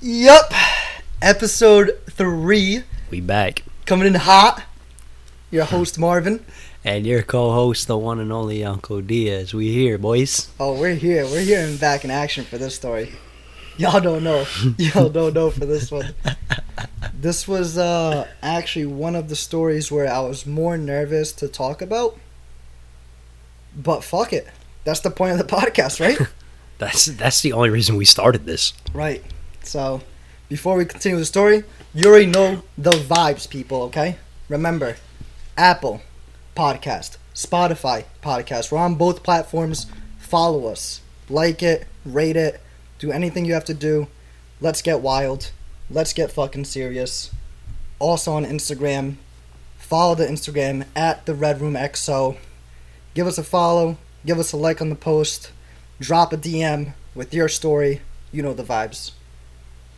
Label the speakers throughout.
Speaker 1: Yup. Episode three
Speaker 2: We back.
Speaker 1: coming in hot. Your host Marvin.
Speaker 2: And your co host, the one and only Uncle Diaz. We here, boys.
Speaker 1: Oh, we're here. We're here and back in action for this story. Y'all don't know. Y'all don't know for this one. This was uh, actually one of the stories where I was more nervous to talk about. But fuck it. That's the point of the podcast, right?
Speaker 2: That's that's the only reason we started this.
Speaker 1: Right. So, before we continue the story, you already know the vibes, people, okay? Remember, Apple Podcast, Spotify Podcast. We're on both platforms. Follow us, like it, rate it, do anything you have to do. Let's get wild. Let's get fucking serious. Also on Instagram, follow the Instagram at the Red Room XO. Give us a follow, give us a like on the post, drop a DM with your story. You know the vibes.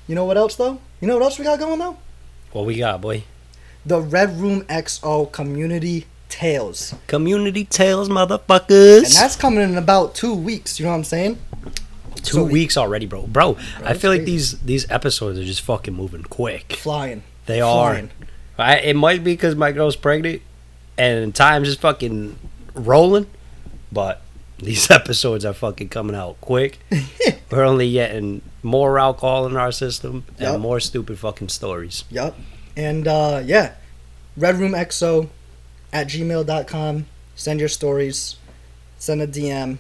Speaker 1: You know what else though? You know what else we got going though?
Speaker 2: What we got, boy?
Speaker 1: The Red Room XO Community Tales.
Speaker 2: Community Tales, motherfuckers.
Speaker 1: And that's coming in about two weeks, you know what I'm saying?
Speaker 2: Two
Speaker 1: so-
Speaker 2: weeks already, bro. Bro, I
Speaker 1: it's
Speaker 2: feel like
Speaker 1: crazy.
Speaker 2: these these episodes are just fucking moving quick.
Speaker 1: Flying.
Speaker 2: They
Speaker 1: Flying.
Speaker 2: are. I, it might be because my girl's pregnant and time's just fucking rolling, but these episodes are fucking coming out quick. We're only getting more alcohol in our system and
Speaker 1: Yup.
Speaker 2: more stupid fucking stories.
Speaker 1: Yup. And uh, yeah, redroomxo at gmail.com. Send your stories, send a DM.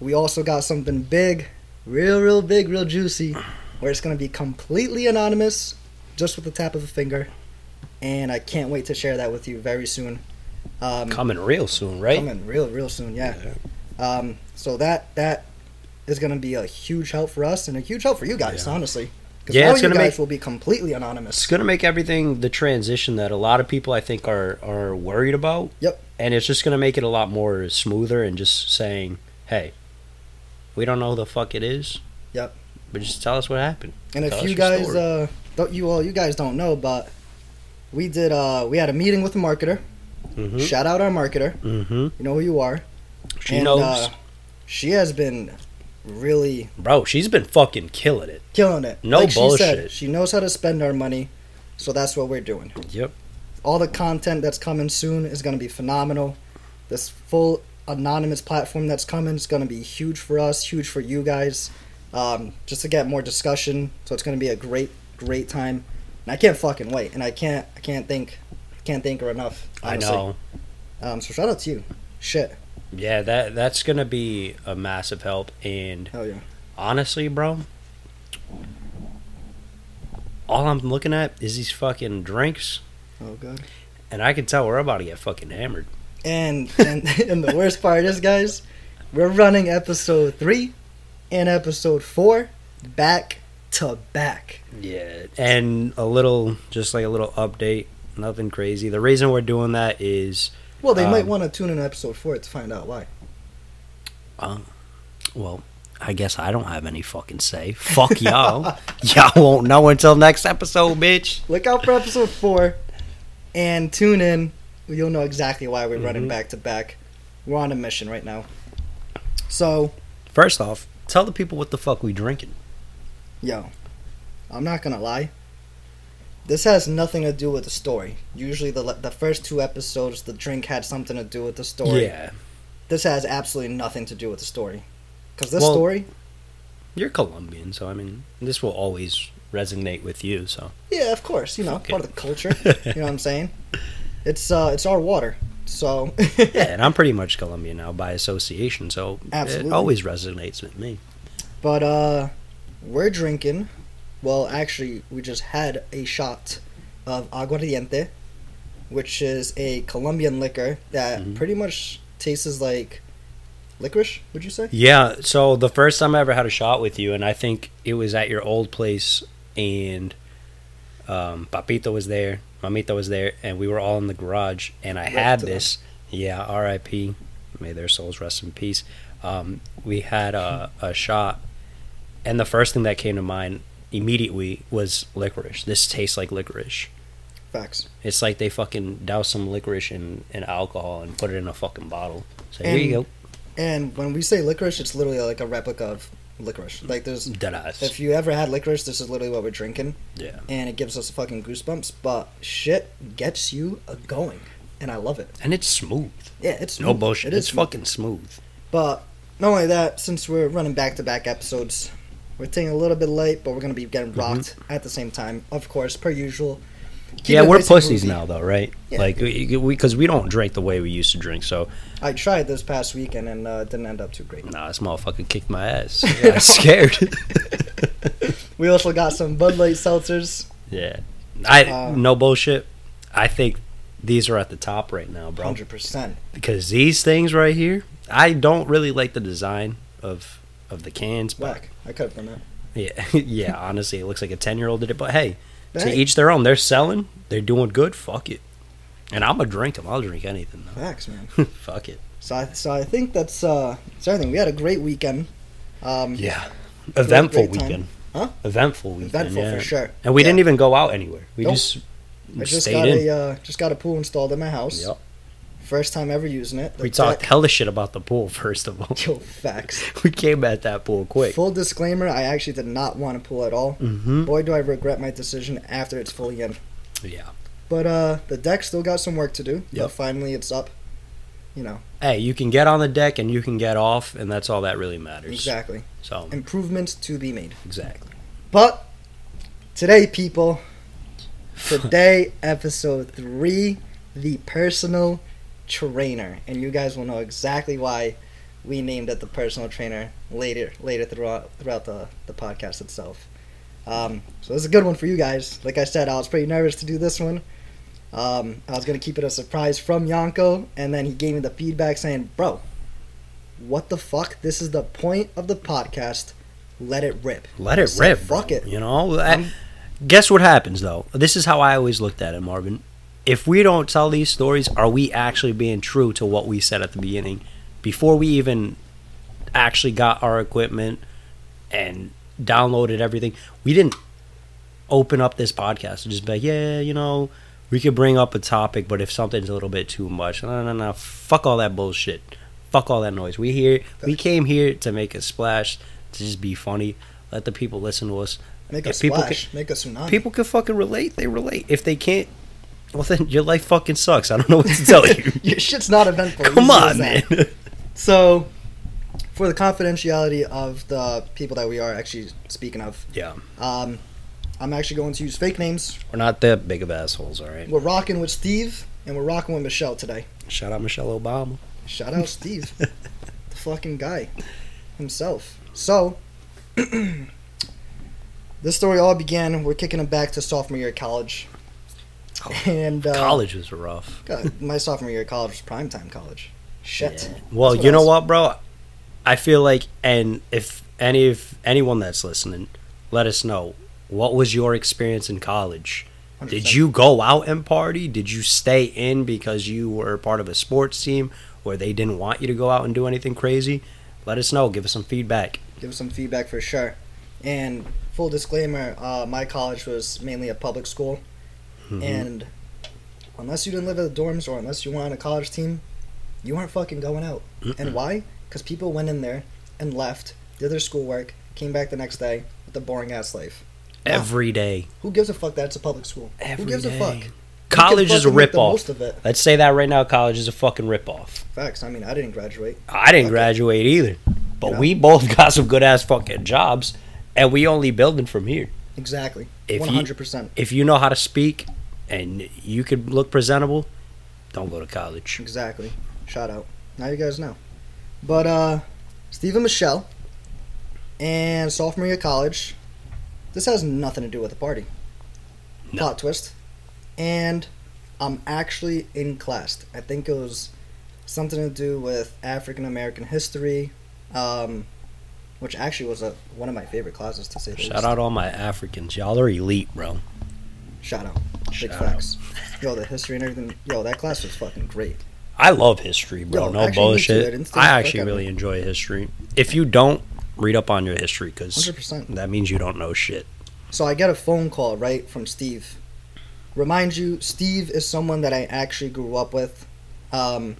Speaker 1: We also got something big, real, real big, real juicy, where it's going to be completely anonymous, just with the tap of a finger. And I can't wait to share that with you very soon. Um,
Speaker 2: Coming real soon, right?
Speaker 1: coming real, real soon, yeah. Um, so that that is going to be a huge help for us and a huge help for you guys,
Speaker 2: Yeah.
Speaker 1: honestly. Because
Speaker 2: Yeah,
Speaker 1: now
Speaker 2: it's
Speaker 1: you
Speaker 2: gonna
Speaker 1: guys
Speaker 2: make-
Speaker 1: will be completely anonymous.
Speaker 2: It's gonna make everything the transition that a lot of people I think are are worried about.
Speaker 1: Yep.
Speaker 2: And it's just gonna make it a lot more smoother and just saying, hey, we don't know who the fuck it is.
Speaker 1: Yep.
Speaker 2: But just tell us what happened.
Speaker 1: And if
Speaker 2: Tell us
Speaker 1: you
Speaker 2: your
Speaker 1: guys,
Speaker 2: story.
Speaker 1: uh, don't you all, you guys don't know, but we did, uh, we had a meeting with a marketer.
Speaker 2: Mm-hmm.
Speaker 1: Shout out our marketer.
Speaker 2: mm-hmm.
Speaker 1: You know who you are.
Speaker 2: She
Speaker 1: And,
Speaker 2: knows,
Speaker 1: uh, she has been really
Speaker 2: bro. She's been fucking killing it.
Speaker 1: killing it.
Speaker 2: No
Speaker 1: She, said,
Speaker 2: bullshit.
Speaker 1: she knows how to spend our money, so that's what we're doing.
Speaker 2: Yep.
Speaker 1: All the content that's coming soon is going to be phenomenal. This full anonymous platform that's coming is going to be huge for us, huge for you guys, um, just to get more discussion. So it's going to be a great, great time, and I can't fucking wait. And I can't, I can't think, can't thank her enough.
Speaker 2: I
Speaker 1: honestly.
Speaker 2: know.
Speaker 1: Um, so shout out to you. Shit.
Speaker 2: Yeah, that that's gonna be a massive help. And
Speaker 1: Hell yeah.
Speaker 2: honestly, bro, all I'm looking at is these fucking drinks,
Speaker 1: Oh god.
Speaker 2: and I can tell we're about to get fucking hammered.
Speaker 1: And and, and the worst part is, guys, we're running episode three and episode four back to back.
Speaker 2: Yeah, and a little, just like a little update. Nothing crazy. The reason we're doing that is,
Speaker 1: Well, they might
Speaker 2: Um,
Speaker 1: want to tune in episode four to find out why.
Speaker 2: well, I guess I don't have any fucking say. Fuck y'all. y'all won't know until next episode, bitch.
Speaker 1: Look out for episode four and tune in. You'll know exactly why we're running
Speaker 2: Mhm.
Speaker 1: back to back. We're on a mission right now. So,
Speaker 2: First off, tell the people what the fuck we drinking.
Speaker 1: yo, I'm not gonna lie. This has nothing to do with the story. Usually, the le- the first two episodes, the drink had something to do with the story.
Speaker 2: Yeah,
Speaker 1: This has absolutely nothing to do with the story. Because this
Speaker 2: Well-
Speaker 1: story,
Speaker 2: you're Colombian, so I mean, this will always resonate with you. So
Speaker 1: yeah, of course, you know,
Speaker 2: Fuck it.
Speaker 1: part of the culture. you know what I'm saying? It's uh, it's our water. So,
Speaker 2: yeah, and I'm pretty much Colombian now by association, so
Speaker 1: Absolutely.
Speaker 2: it always resonates with me.
Speaker 1: But uh we're drinking. Well, actually, we just had a shot of aguardiente, which is a Colombian liquor that
Speaker 2: Mhm.
Speaker 1: pretty much tastes like licorice, would you say?
Speaker 2: Yeah, so the first time I ever had a shot with you, and I think it was at your old place, and um, Papito was there, Mamita was there, and we were all in the garage, and I
Speaker 1: Rest
Speaker 2: had
Speaker 1: to them.
Speaker 2: this. Yeah, R.I.P. May their souls rest in peace. Um, we had a, a shot, and the first thing that came to mind immediately was licorice. This tastes like licorice.
Speaker 1: Facts.
Speaker 2: It's like they fucking douse some licorice in, in alcohol and put it in a fucking bottle. So here
Speaker 1: And-
Speaker 2: you go.
Speaker 1: And when we say licorice, it's literally like a replica of licorice. Like there's
Speaker 2: Dead eyes.
Speaker 1: if you ever had licorice, this is literally what we're drinking,
Speaker 2: yeah.
Speaker 1: and it gives us fucking goosebumps. But shit gets you a going, and I love it.
Speaker 2: And it's smooth.
Speaker 1: Yeah, it's
Speaker 2: No
Speaker 1: smooth.
Speaker 2: bullshit.
Speaker 1: It is
Speaker 2: it's
Speaker 1: smooth.
Speaker 2: fucking smooth.
Speaker 1: But not only that, since we're running back to back episodes, we're taking a little bit late, but we're gonna be
Speaker 2: Mm-hmm.
Speaker 1: getting rocked at the same time, of course, per usual. Keep
Speaker 2: yeah,
Speaker 1: it
Speaker 2: we're
Speaker 1: nice and
Speaker 2: pussies
Speaker 1: moving.
Speaker 2: now, though, right?
Speaker 1: Yeah.
Speaker 2: Like, we because we, don't drink the way we used to drink. So,
Speaker 1: I tried this past weekend and uh, didn't end up too great.
Speaker 2: nah, this motherfucker kicked my ass. I got scared.
Speaker 1: We also got some Bud Light seltzers.
Speaker 2: yeah, I
Speaker 1: Um,
Speaker 2: no bullshit. I think these are at the top right now, bro.
Speaker 1: Hundred percent.
Speaker 2: Because these things right here, I don't really like the design of of the cans. But
Speaker 1: Whack. I could have done that.
Speaker 2: yeah, yeah. Honestly, it looks like a ten year old did it. But hey,
Speaker 1: But
Speaker 2: to
Speaker 1: hey,
Speaker 2: each their own. They're selling. They're doing good. Fuck it. And I'm gonna drink them. I'll drink anything
Speaker 1: facts, man.
Speaker 2: though. Fuck it.
Speaker 1: So I, so I think that's uh, it's everything. We had a great weekend. Um,
Speaker 2: Yeah. Eventful
Speaker 1: great time.
Speaker 2: weekend.
Speaker 1: Huh?
Speaker 2: Eventful weekend.
Speaker 1: eventful
Speaker 2: yeah.
Speaker 1: for sure.
Speaker 2: And we
Speaker 1: Yeah.
Speaker 2: didn't even go out anywhere. We
Speaker 1: Nope.
Speaker 2: just
Speaker 1: I just
Speaker 2: stayed
Speaker 1: got
Speaker 2: in.
Speaker 1: a uh, just got a pool installed in my house.
Speaker 2: Yep.
Speaker 1: First time ever using it. The
Speaker 2: We talked
Speaker 1: deck-
Speaker 2: hella shit about the pool first of all.
Speaker 1: Yo, facts.
Speaker 2: we came at that pool quick.
Speaker 1: Full disclaimer: I actually did not want to pool at all.
Speaker 2: Mm-hmm.
Speaker 1: Boy, do I regret my decision after it's fully in.
Speaker 2: Yeah.
Speaker 1: But uh, the deck still got some work to do. But
Speaker 2: Yep.
Speaker 1: finally, it's up. You know
Speaker 2: Hey, you can get on the deck and you can get off, and that's all that really matters.
Speaker 1: exactly
Speaker 2: So
Speaker 1: improvements to be made.
Speaker 2: exactly.
Speaker 1: But today, people, today episode three, the personal trainer, and you guys will know exactly why we named it the personal trainer later, later throughout throughout the the podcast itself. Um, so this is a good one for you guys. Like I said, I was pretty nervous to do this one. Um, I was gonna keep it a surprise from Yonko, and then he gave me the feedback saying, "Bro, what the fuck? This is the point of the podcast. Let it rip."
Speaker 2: Let it
Speaker 1: So
Speaker 2: rip. bro.
Speaker 1: fuck it. Um,
Speaker 2: You know. I-
Speaker 1: I'm-
Speaker 2: guess what happens though? This is how I always looked at it, Marvin. If we don't tell these stories, are we actually being true to what we said at the beginning, before we even actually got our equipment and downloaded everything? We didn't open up this podcast and just be like, yeah, you know, we could bring up a topic, but if something's a little bit too much, no, no, no, fuck all that bullshit, fuck all that noise. We here, we came here to make a splash, to just be funny, let the people listen to us.
Speaker 1: Make a
Speaker 2: If people
Speaker 1: splash. make a tsunami.
Speaker 2: People can fucking relate. They relate. If they can't, well then your life fucking sucks. I don't know what to tell you.
Speaker 1: Your shit's not eventful.
Speaker 2: Come
Speaker 1: Easy as
Speaker 2: on, man.
Speaker 1: that. So, for the confidentiality of the people that we are actually speaking of,
Speaker 2: yeah,
Speaker 1: um, I'm actually going to use fake names.
Speaker 2: we're not that big of assholes. All right.
Speaker 1: We're rocking with Steve and we're rocking with Michelle today.
Speaker 2: Shout out Michelle Obama.
Speaker 1: Shout out Steve, the fucking guy himself. So, this story all began. We're kicking it back to sophomore year of college, and uh,
Speaker 2: Oh, college was rough.
Speaker 1: God, my sophomore year of college was primetime college. Shit.
Speaker 2: Yeah. Well,
Speaker 1: That's what
Speaker 2: you
Speaker 1: I
Speaker 2: know
Speaker 1: was-
Speaker 2: what, bro? I feel like, and if any of anyone that's listening, let us know what was your experience in college. Did
Speaker 1: 100%.
Speaker 2: you go out and party? Did you stay in because you were part of a sports team where they didn't want you to go out and do anything crazy? Let us know. Give us some feedback.
Speaker 1: give us some feedback for sure. And full disclaimer, uh, my college was mainly a public school,
Speaker 2: Mhm.
Speaker 1: and unless you didn't live at the dorms or unless you were on a college team, you weren't fucking going out.
Speaker 2: Mm.
Speaker 1: And why? Because people went in there and left, did their schoolwork, came back the next day with a boring ass life.
Speaker 2: every day.
Speaker 1: Who gives a fuck that it's a public school?
Speaker 2: Every
Speaker 1: Who gives
Speaker 2: day.
Speaker 1: a fuck? You can
Speaker 2: College is a
Speaker 1: fucking make the
Speaker 2: ripoff.
Speaker 1: Most of it.
Speaker 2: Let's say that right now. College is a fucking ripoff.
Speaker 1: Facts. I mean, I didn't graduate.
Speaker 2: I didn't
Speaker 1: Okay.
Speaker 2: graduate either, but
Speaker 1: You know?
Speaker 2: we both got some good ass fucking jobs, and we only building from here.
Speaker 1: Exactly.
Speaker 2: If
Speaker 1: One
Speaker 2: you-
Speaker 1: hundred percent.
Speaker 2: If you know how to speak and you could look presentable, don't go to college.
Speaker 1: Exactly. Shout out. Now you guys know. But uh Steve and Michelle and sophomore year of college. This has nothing to do with the party.
Speaker 2: No.
Speaker 1: Plot twist. And I'm actually in class. I think it was something to do with African American history, um, which actually was a, one of my favorite classes to say the
Speaker 2: Shout
Speaker 1: least.
Speaker 2: out all my Africans. Y'all are elite, bro.
Speaker 1: Shout out. Big
Speaker 2: Shout
Speaker 1: facts. Yo, the history and everything. Yo, that class was fucking great.
Speaker 2: I love history, bro.
Speaker 1: Yo,
Speaker 2: no
Speaker 1: actually, me too. I
Speaker 2: bullshit.
Speaker 1: didn't think
Speaker 2: I
Speaker 1: about
Speaker 2: actually
Speaker 1: that.
Speaker 2: really enjoy history. If you don't, read up on your history because
Speaker 1: 100%.
Speaker 2: that means you don't know shit.
Speaker 1: So I get a phone call, right, from Steve. Remind you, Steve is someone that I actually grew up with. Um,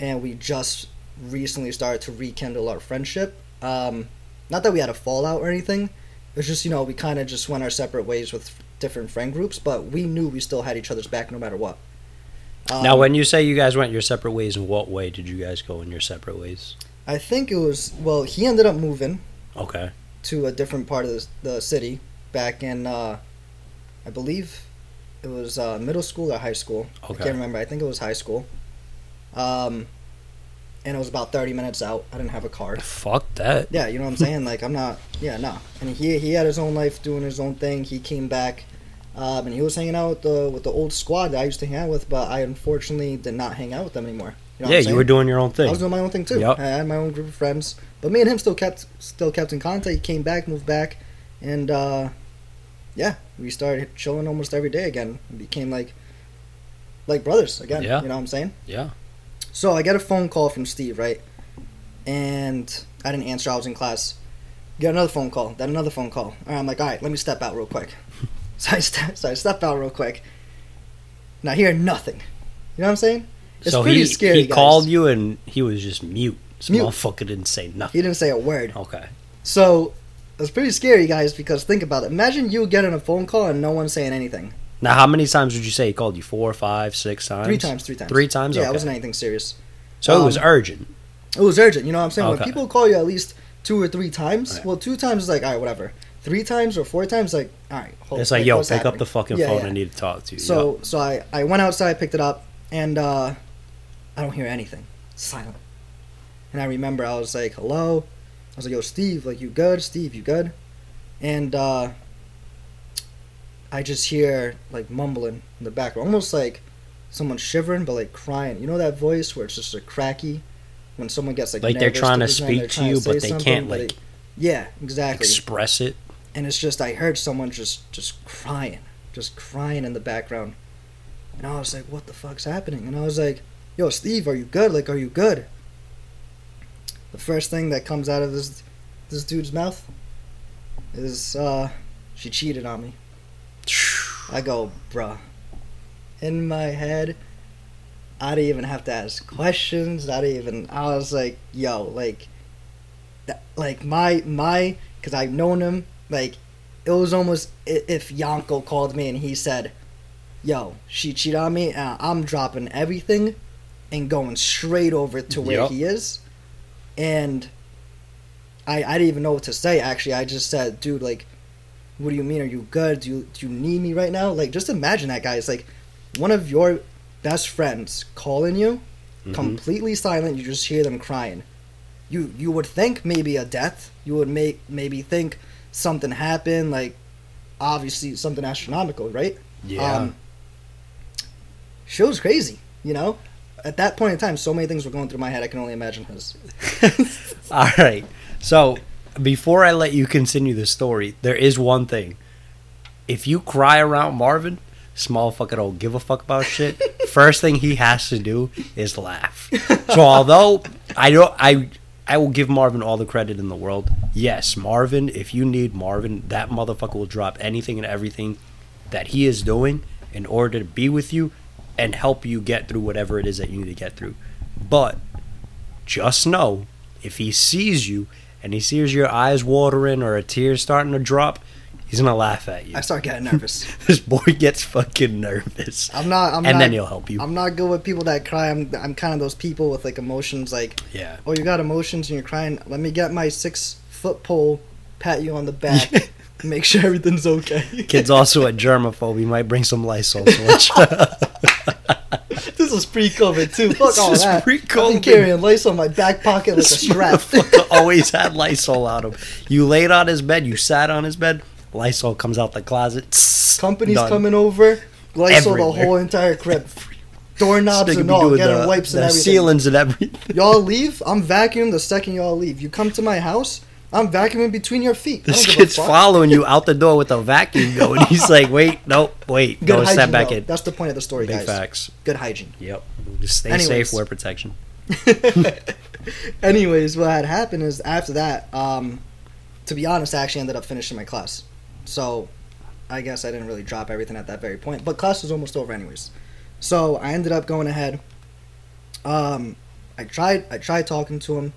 Speaker 1: and we just recently started to rekindle our friendship. Um, Not that we had a fallout or anything. It's just you know we kind of just went our separate ways with different friend groups, but we knew we still had each other's back no matter what. Um,
Speaker 2: now, when you say you guys went your separate ways, in what way did you guys go in your separate ways?
Speaker 1: I think it was well, he ended up moving
Speaker 2: Okay.
Speaker 1: to a different part of the, the city back in, uh, I believe, it was uh, middle school or high school. I
Speaker 2: Okay.
Speaker 1: can't remember. I think it was high school. Um, and it was about thirty minutes out. I didn't have a car.
Speaker 2: Fuck that.
Speaker 1: Yeah, you know what I'm saying? Like I'm not yeah, no. And he he had his own life doing his own thing. He came back um, and he was hanging out with the with the old squad that I used to hang out with, but I unfortunately did not hang out with them anymore. You know what
Speaker 2: yeah,
Speaker 1: I'm
Speaker 2: you
Speaker 1: saying?
Speaker 2: were doing your own thing.
Speaker 1: I was doing my own thing too.
Speaker 2: Yup.
Speaker 1: I had my own group of friends, but me and him still kept still kept in contact. He came back, moved back, and uh, yeah, we started chilling almost every day again. We became like like brothers again.
Speaker 2: Yeah.
Speaker 1: You know what I'm saying?
Speaker 2: Yeah.
Speaker 1: So I get a phone call from Steve, right? And I didn't answer. I was in class. Get another phone call. Then another phone call. All right, I'm like, all right, let me step out real quick. so I step, so I step out real quick. And I hear nothing. You know what I'm saying? It's
Speaker 2: so
Speaker 1: pretty
Speaker 2: he,
Speaker 1: scary,
Speaker 2: he
Speaker 1: guys.
Speaker 2: called you and he was just mute. This
Speaker 1: Mute.
Speaker 2: motherfucker didn't say nothing.
Speaker 1: He didn't say a word.
Speaker 2: Okay.
Speaker 1: So it's pretty scary, guys, because think about it. Imagine you getting a phone call and no one saying anything.
Speaker 2: Now, how many times would you say he called you? Four, five, six times?
Speaker 1: Three times, three times.
Speaker 2: Three times?
Speaker 1: Yeah,
Speaker 2: Okay.
Speaker 1: it wasn't anything serious.
Speaker 2: So it was
Speaker 1: um,
Speaker 2: urgent.
Speaker 1: It was urgent, you know what I'm saying?
Speaker 2: Okay.
Speaker 1: When people call you at least two or three times,
Speaker 2: Right.
Speaker 1: well, two times is like, all right, whatever. Three times or four times, like, all right, hold
Speaker 2: It's like, yo, pick
Speaker 1: what's
Speaker 2: up
Speaker 1: happening?
Speaker 2: the fucking
Speaker 1: Yeah,
Speaker 2: phone.
Speaker 1: yeah.
Speaker 2: I need to talk to you.
Speaker 1: So so I, I went outside, picked it up, and uh, I don't hear anything. Silent. And I remember I was like, hello. I was like, yo, Steve, like you good? Steve, you good? And uh, I just hear like mumbling in the background, almost like someone shivering, but like crying. You know that voice where it's just a cracky when someone gets like
Speaker 2: Like they're
Speaker 1: nervous
Speaker 2: trying to
Speaker 1: present, they're
Speaker 2: speak to
Speaker 1: trying
Speaker 2: you, but
Speaker 1: say
Speaker 2: they
Speaker 1: something,
Speaker 2: can't,
Speaker 1: but
Speaker 2: like,
Speaker 1: it- yeah, exactly
Speaker 2: express it.
Speaker 1: and it's just I heard someone just just crying, just crying in the background, and I was like, "What the fuck's happening?" And I was like, "Yo, Steve, are you good? Like, are you good?" The first thing that comes out of this this dude's mouth is, uh, "She cheated on me." I go, "Bruh." In my head, I didn't even have to ask questions. I didn't even. I was like, "Yo, like." that- Like my my, cause I've known him like it was almost i- if Yanko called me and he said, "Yo, she cheated on me," uh, I'm dropping everything and going straight over to where
Speaker 2: Yep.
Speaker 1: he is, and I I didn't even know what to say. Actually, I just said, "Dude, like, what do you mean? Are you good? Do you do you need me right now?" Like, just imagine that, guys. Like, one of your best friends calling you
Speaker 2: Mhm.
Speaker 1: completely silent. You just hear them crying. You you would think maybe a death. You would make maybe think something happened, like obviously something astronomical, right?
Speaker 2: Yeah.
Speaker 1: she was crazy, you know. At that point in time, so many things were going through my head. I can only imagine his.
Speaker 2: All right. So before I let you continue the story, there is one thing. If you cry around Marvin, small fucking don't give a fuck about shit. first thing he has to do is laugh. So although I don't, I I will give Marvin all the credit in the world. Yes, Marvin. If you need Marvin, that motherfucker will drop anything and everything that he is doing in order to be with you and help you get through whatever it is that you need to get through. But just know if he sees you and he sees your eyes watering or a tear starting to drop, he's gonna laugh at you.
Speaker 1: I start getting nervous.
Speaker 2: This boy gets fucking nervous,
Speaker 1: I'm not. I'm
Speaker 2: and
Speaker 1: not,
Speaker 2: then he'll help you.
Speaker 1: I'm not good with people that cry. I'm. I'm kind of those people with like emotions. Like,
Speaker 2: yeah.
Speaker 1: oh, you got emotions and you're crying. Let me get my six foot pole, pat you on the back, make sure everything's okay.
Speaker 2: Kid's also a germaphobe. He might bring some Lysol. So
Speaker 1: This was pre-COVID too. Fuck
Speaker 2: This
Speaker 1: all
Speaker 2: is
Speaker 1: that. I've been
Speaker 2: pre-COVID.
Speaker 1: carrying lace on my back pocket like a
Speaker 2: this
Speaker 1: strap.
Speaker 2: motherfucker always had Lysol on him. You laid on his bed. You sat on his bed. Lysol comes out the closet. Tss,
Speaker 1: Companies
Speaker 2: done.
Speaker 1: coming over, Lysol the
Speaker 2: Everywhere.
Speaker 1: whole entire crib, doorknobs
Speaker 2: Nigga
Speaker 1: and
Speaker 2: be
Speaker 1: all,
Speaker 2: doing
Speaker 1: getting
Speaker 2: the-
Speaker 1: wipes and
Speaker 2: the
Speaker 1: everything.
Speaker 2: ceilings and everything.
Speaker 1: Y'all leave, I'm vacuuming the second y'all leave. You come to my house, I'm vacuuming between your feet. I don't
Speaker 2: This
Speaker 1: give a
Speaker 2: kid's
Speaker 1: fuck.
Speaker 2: following you out the door with a vacuum going. He's like, wait, nope, wait,
Speaker 1: Good
Speaker 2: go
Speaker 1: hygiene.
Speaker 2: step back
Speaker 1: though.
Speaker 2: in.
Speaker 1: That's the point of the story,
Speaker 2: Big
Speaker 1: guys.
Speaker 2: facts.
Speaker 1: Good hygiene.
Speaker 2: Yep. Just stay
Speaker 1: Anyways.
Speaker 2: safe. Wear protection.
Speaker 1: Anyways, what had happened is after that, um, to be honest, I actually ended up finishing my class. So I guess I didn't really drop everything at that very point. But class was almost over anyways. So I ended up going ahead. Um, I tried I tried talking to him.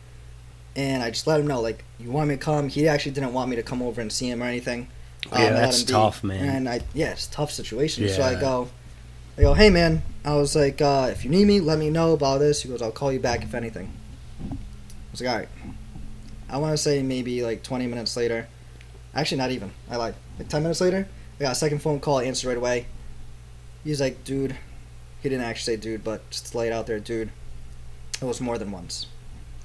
Speaker 1: and I just let him know like you want me to come. He actually didn't want me to come over and see him or anything. Um,
Speaker 2: Yeah,
Speaker 1: I let
Speaker 2: that's
Speaker 1: him be.
Speaker 2: tough, man.
Speaker 1: And I yeah, it's a tough situation. So I
Speaker 2: Yeah.
Speaker 1: go, I go, hey man. I was like, uh, if you need me, let me know about this. He goes, I'll call you back if anything. I was like, all right. I want to say maybe like 20 minutes later. Actually, not even. I lied. Like 10 minutes later, I got a second phone call. I answered right away. He's like, dude. He didn't actually say dude, but just to lay it out there, dude. It was more than once.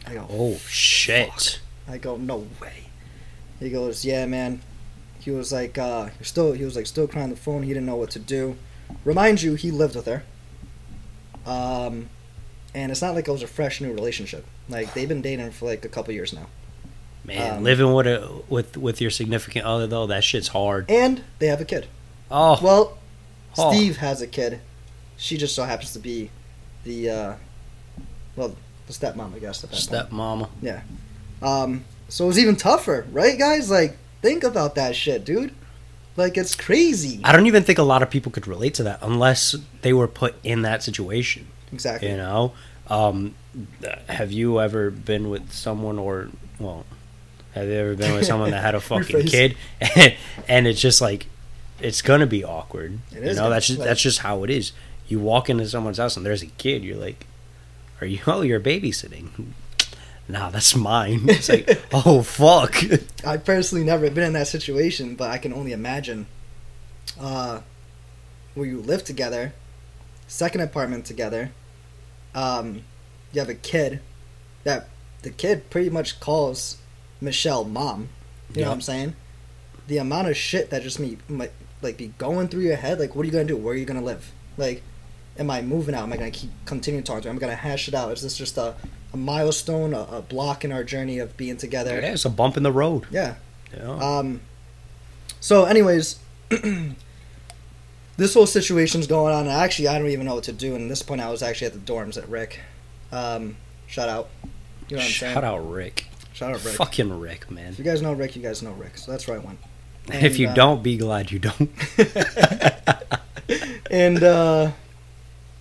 Speaker 1: I go,
Speaker 2: Oh shit.
Speaker 1: I go, no way. He goes, yeah, man. He was like, uh, you're still, he was like, still crying on the phone. He didn't know what to do. Remind you, he lived with her. Um, and it's not like it was a fresh new relationship. Like they've been dating for like a couple years now,
Speaker 2: Man,
Speaker 1: Um,
Speaker 2: living with a with with your significant other though, that shit's hard.
Speaker 1: and they have a kid.
Speaker 2: Oh,
Speaker 1: Well,
Speaker 2: oh.
Speaker 1: Steve has a kid. She just so happens to be the, uh, well, the stepmom, I guess. At that point.
Speaker 2: stepmama.
Speaker 1: Um, so it was even tougher, right, guys? Like, think about that shit, dude. Like, it's crazy.
Speaker 2: I don't even think a lot of people could relate to that unless they were put in that situation.
Speaker 1: Exactly.
Speaker 2: You know, um, have you ever been with someone or well, have you ever been with someone that had a fucking
Speaker 1: Rephrase.
Speaker 2: kid, and it's just like it's gonna be awkward.
Speaker 1: It
Speaker 2: you
Speaker 1: is
Speaker 2: know,
Speaker 1: gonna
Speaker 2: that's
Speaker 1: be
Speaker 2: just,
Speaker 1: like-
Speaker 2: that's just how it is. You walk into someone's house and there's a kid. You're like, are you? Oh, you're babysitting. Nah, that's mine. It's like, oh fuck.
Speaker 1: I personally never been in that situation, but I can only imagine. Uh, where you live together, second apartment together, um, you have a kid that the kid pretty much calls Michelle mom. You know what I'm saying? The amount of shit that just me might like be going through your head, like what are you gonna do? Where are you gonna live? Like, am I moving out? Am I gonna keep continue talking to her? Am I gonna hash it out? Is this just a, a milestone, a, a block in our journey of being together?
Speaker 2: Yeah, it's a bump in the road.
Speaker 1: Yeah.
Speaker 2: You know?
Speaker 1: Um. So, anyways, this whole situation's going on, and actually, I don't even know what to do. And at this point, I was actually at the dorms at Rick. Um, shout out. You know what I'm saying?
Speaker 2: Shout out, Rick.
Speaker 1: Shout out Rick.
Speaker 2: Fucking Rick, man.
Speaker 1: If you guys know Rick, you guys know Rick. So that's where I went.
Speaker 2: if you
Speaker 1: And, uh,
Speaker 2: don't, be glad you don't.
Speaker 1: and uh,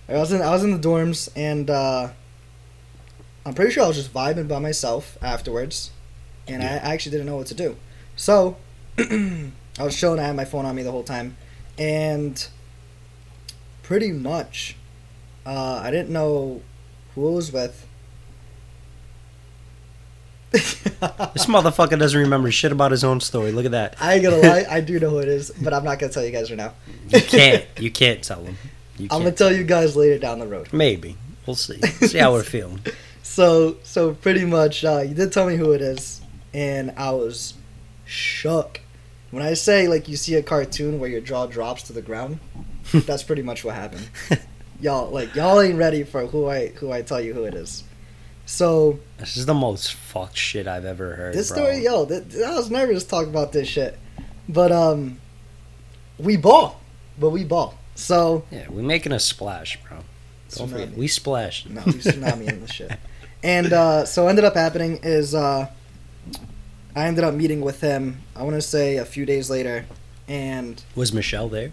Speaker 1: I was in I was in the dorms, and uh, I'm pretty sure I was just vibing by myself afterwards, and I actually didn't know what to do. So I was chilling. I had my phone on me the whole time, and pretty much uh, I didn't know who I was with.
Speaker 2: This motherfucker doesn't remember shit about his own story. Look at that.
Speaker 1: I ain't gonna lie, I do know who it is, but I'm not gonna tell you guys right now.
Speaker 2: You can't. You can't tell him. You
Speaker 1: I'm
Speaker 2: can't.
Speaker 1: gonna tell you guys later down the road.
Speaker 2: Maybe. We'll see. See how we're feeling.
Speaker 1: So so pretty much, uh, you did tell me who it is, and I was shook. When I say like you see a cartoon where your jaw drops to the ground, that's pretty much what happened. y'all like y'all ain't ready for who I who I tell you who it is. So
Speaker 2: This is the most fucked shit I've ever heard.
Speaker 1: this
Speaker 2: bro.
Speaker 1: story, yo, th- th- I was nervous to talk about this shit, but um, we ball, but we ball. So
Speaker 2: Yeah, we're making a splash, bro. Don't forget,
Speaker 1: Tsunami.
Speaker 2: we splashed.
Speaker 1: No, we tsunami in the shit. And uh, so ended up happening is uh, I ended up meeting with him. I want to say a few days later, and
Speaker 2: Was Michelle there?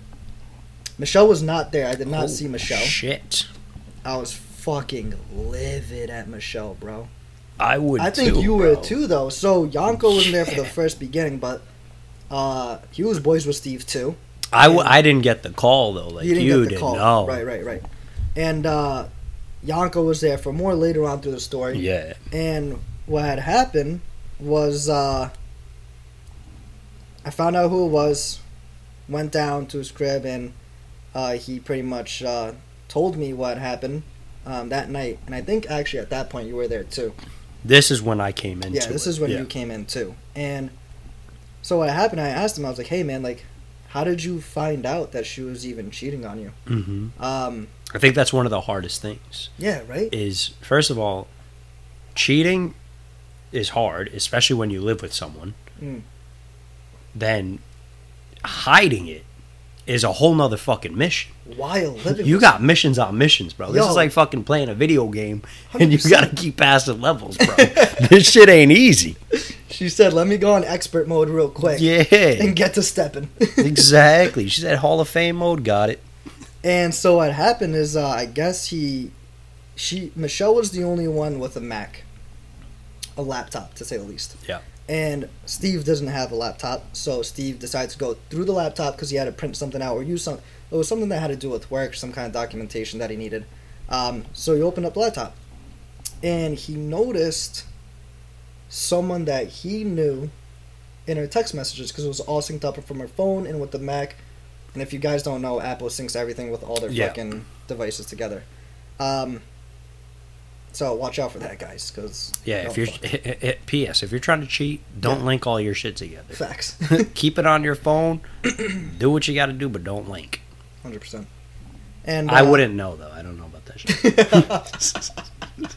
Speaker 1: Michelle was not there. I did not
Speaker 2: Oh,
Speaker 1: see Michelle.
Speaker 2: Shit.
Speaker 1: I was fucking livid at Michelle, bro.
Speaker 2: I would.
Speaker 1: I think
Speaker 2: too,
Speaker 1: you were
Speaker 2: bro.
Speaker 1: too, though. So Yonko wasn't there for the first beginning, but uh, he was boys with Steve too.
Speaker 2: I, w- I didn't get the call though. Like
Speaker 1: you didn't get the
Speaker 2: did.
Speaker 1: call.
Speaker 2: No.
Speaker 1: Right, right, right. And uh, Yonko was there for more later on through the story.
Speaker 2: Yeah.
Speaker 1: And what had happened was uh, I found out who it was, went down to his crib, and uh, he pretty much uh, told me what happened um, that night. And I think actually at that point you were there too.
Speaker 2: This is when I came into.
Speaker 1: yeah, this
Speaker 2: it.
Speaker 1: is when
Speaker 2: Yeah.
Speaker 1: you came in too. And so what happened, I asked him, I was like, hey man, like, how did you find out that she was even cheating on you?
Speaker 2: Mhm.
Speaker 1: Um,
Speaker 2: I think that's one of the hardest things.
Speaker 1: yeah, right?
Speaker 2: is first of all, cheating is hard, especially when you live with someone.
Speaker 1: Mm.
Speaker 2: Then hiding it is a whole nother fucking mission.
Speaker 1: While living
Speaker 2: You
Speaker 1: with
Speaker 2: got missions on missions, bro. This
Speaker 1: Yo.
Speaker 2: is like fucking playing a video game and you
Speaker 1: 100%.
Speaker 2: gotta keep passing levels, bro. this shit ain't easy.
Speaker 1: She said, let me go on expert mode real quick
Speaker 2: Yeah.
Speaker 1: and get to stepping.
Speaker 2: exactly. She said Hall of Fame mode, got it.
Speaker 1: And so what happened is, uh, I guess he, she, Michelle was the only one with a Mac. a laptop, to say the least.
Speaker 2: Yeah.
Speaker 1: And Steve doesn't have a laptop, so Steve decides to go through the laptop because he had to print something out or use some. It was something that had to do with work, some kind of documentation that he needed. Um, so he opened up the laptop, and he noticed someone that he knew in her text messages because it was all synced up from her phone and with the Mac. And if you guys don't know, Apple syncs everything with all their
Speaker 2: Yeah.
Speaker 1: fucking devices together. Um, so watch out for that, guys, because
Speaker 2: Yeah, if you're PS, if you're trying to cheat, don't
Speaker 1: Yeah.
Speaker 2: link all your shit together.
Speaker 1: facts,
Speaker 2: Keep it on your phone. do what you got to do, but don't link.
Speaker 1: hundred percent. And
Speaker 2: I
Speaker 1: uh,
Speaker 2: wouldn't know though. I don't know about that shit.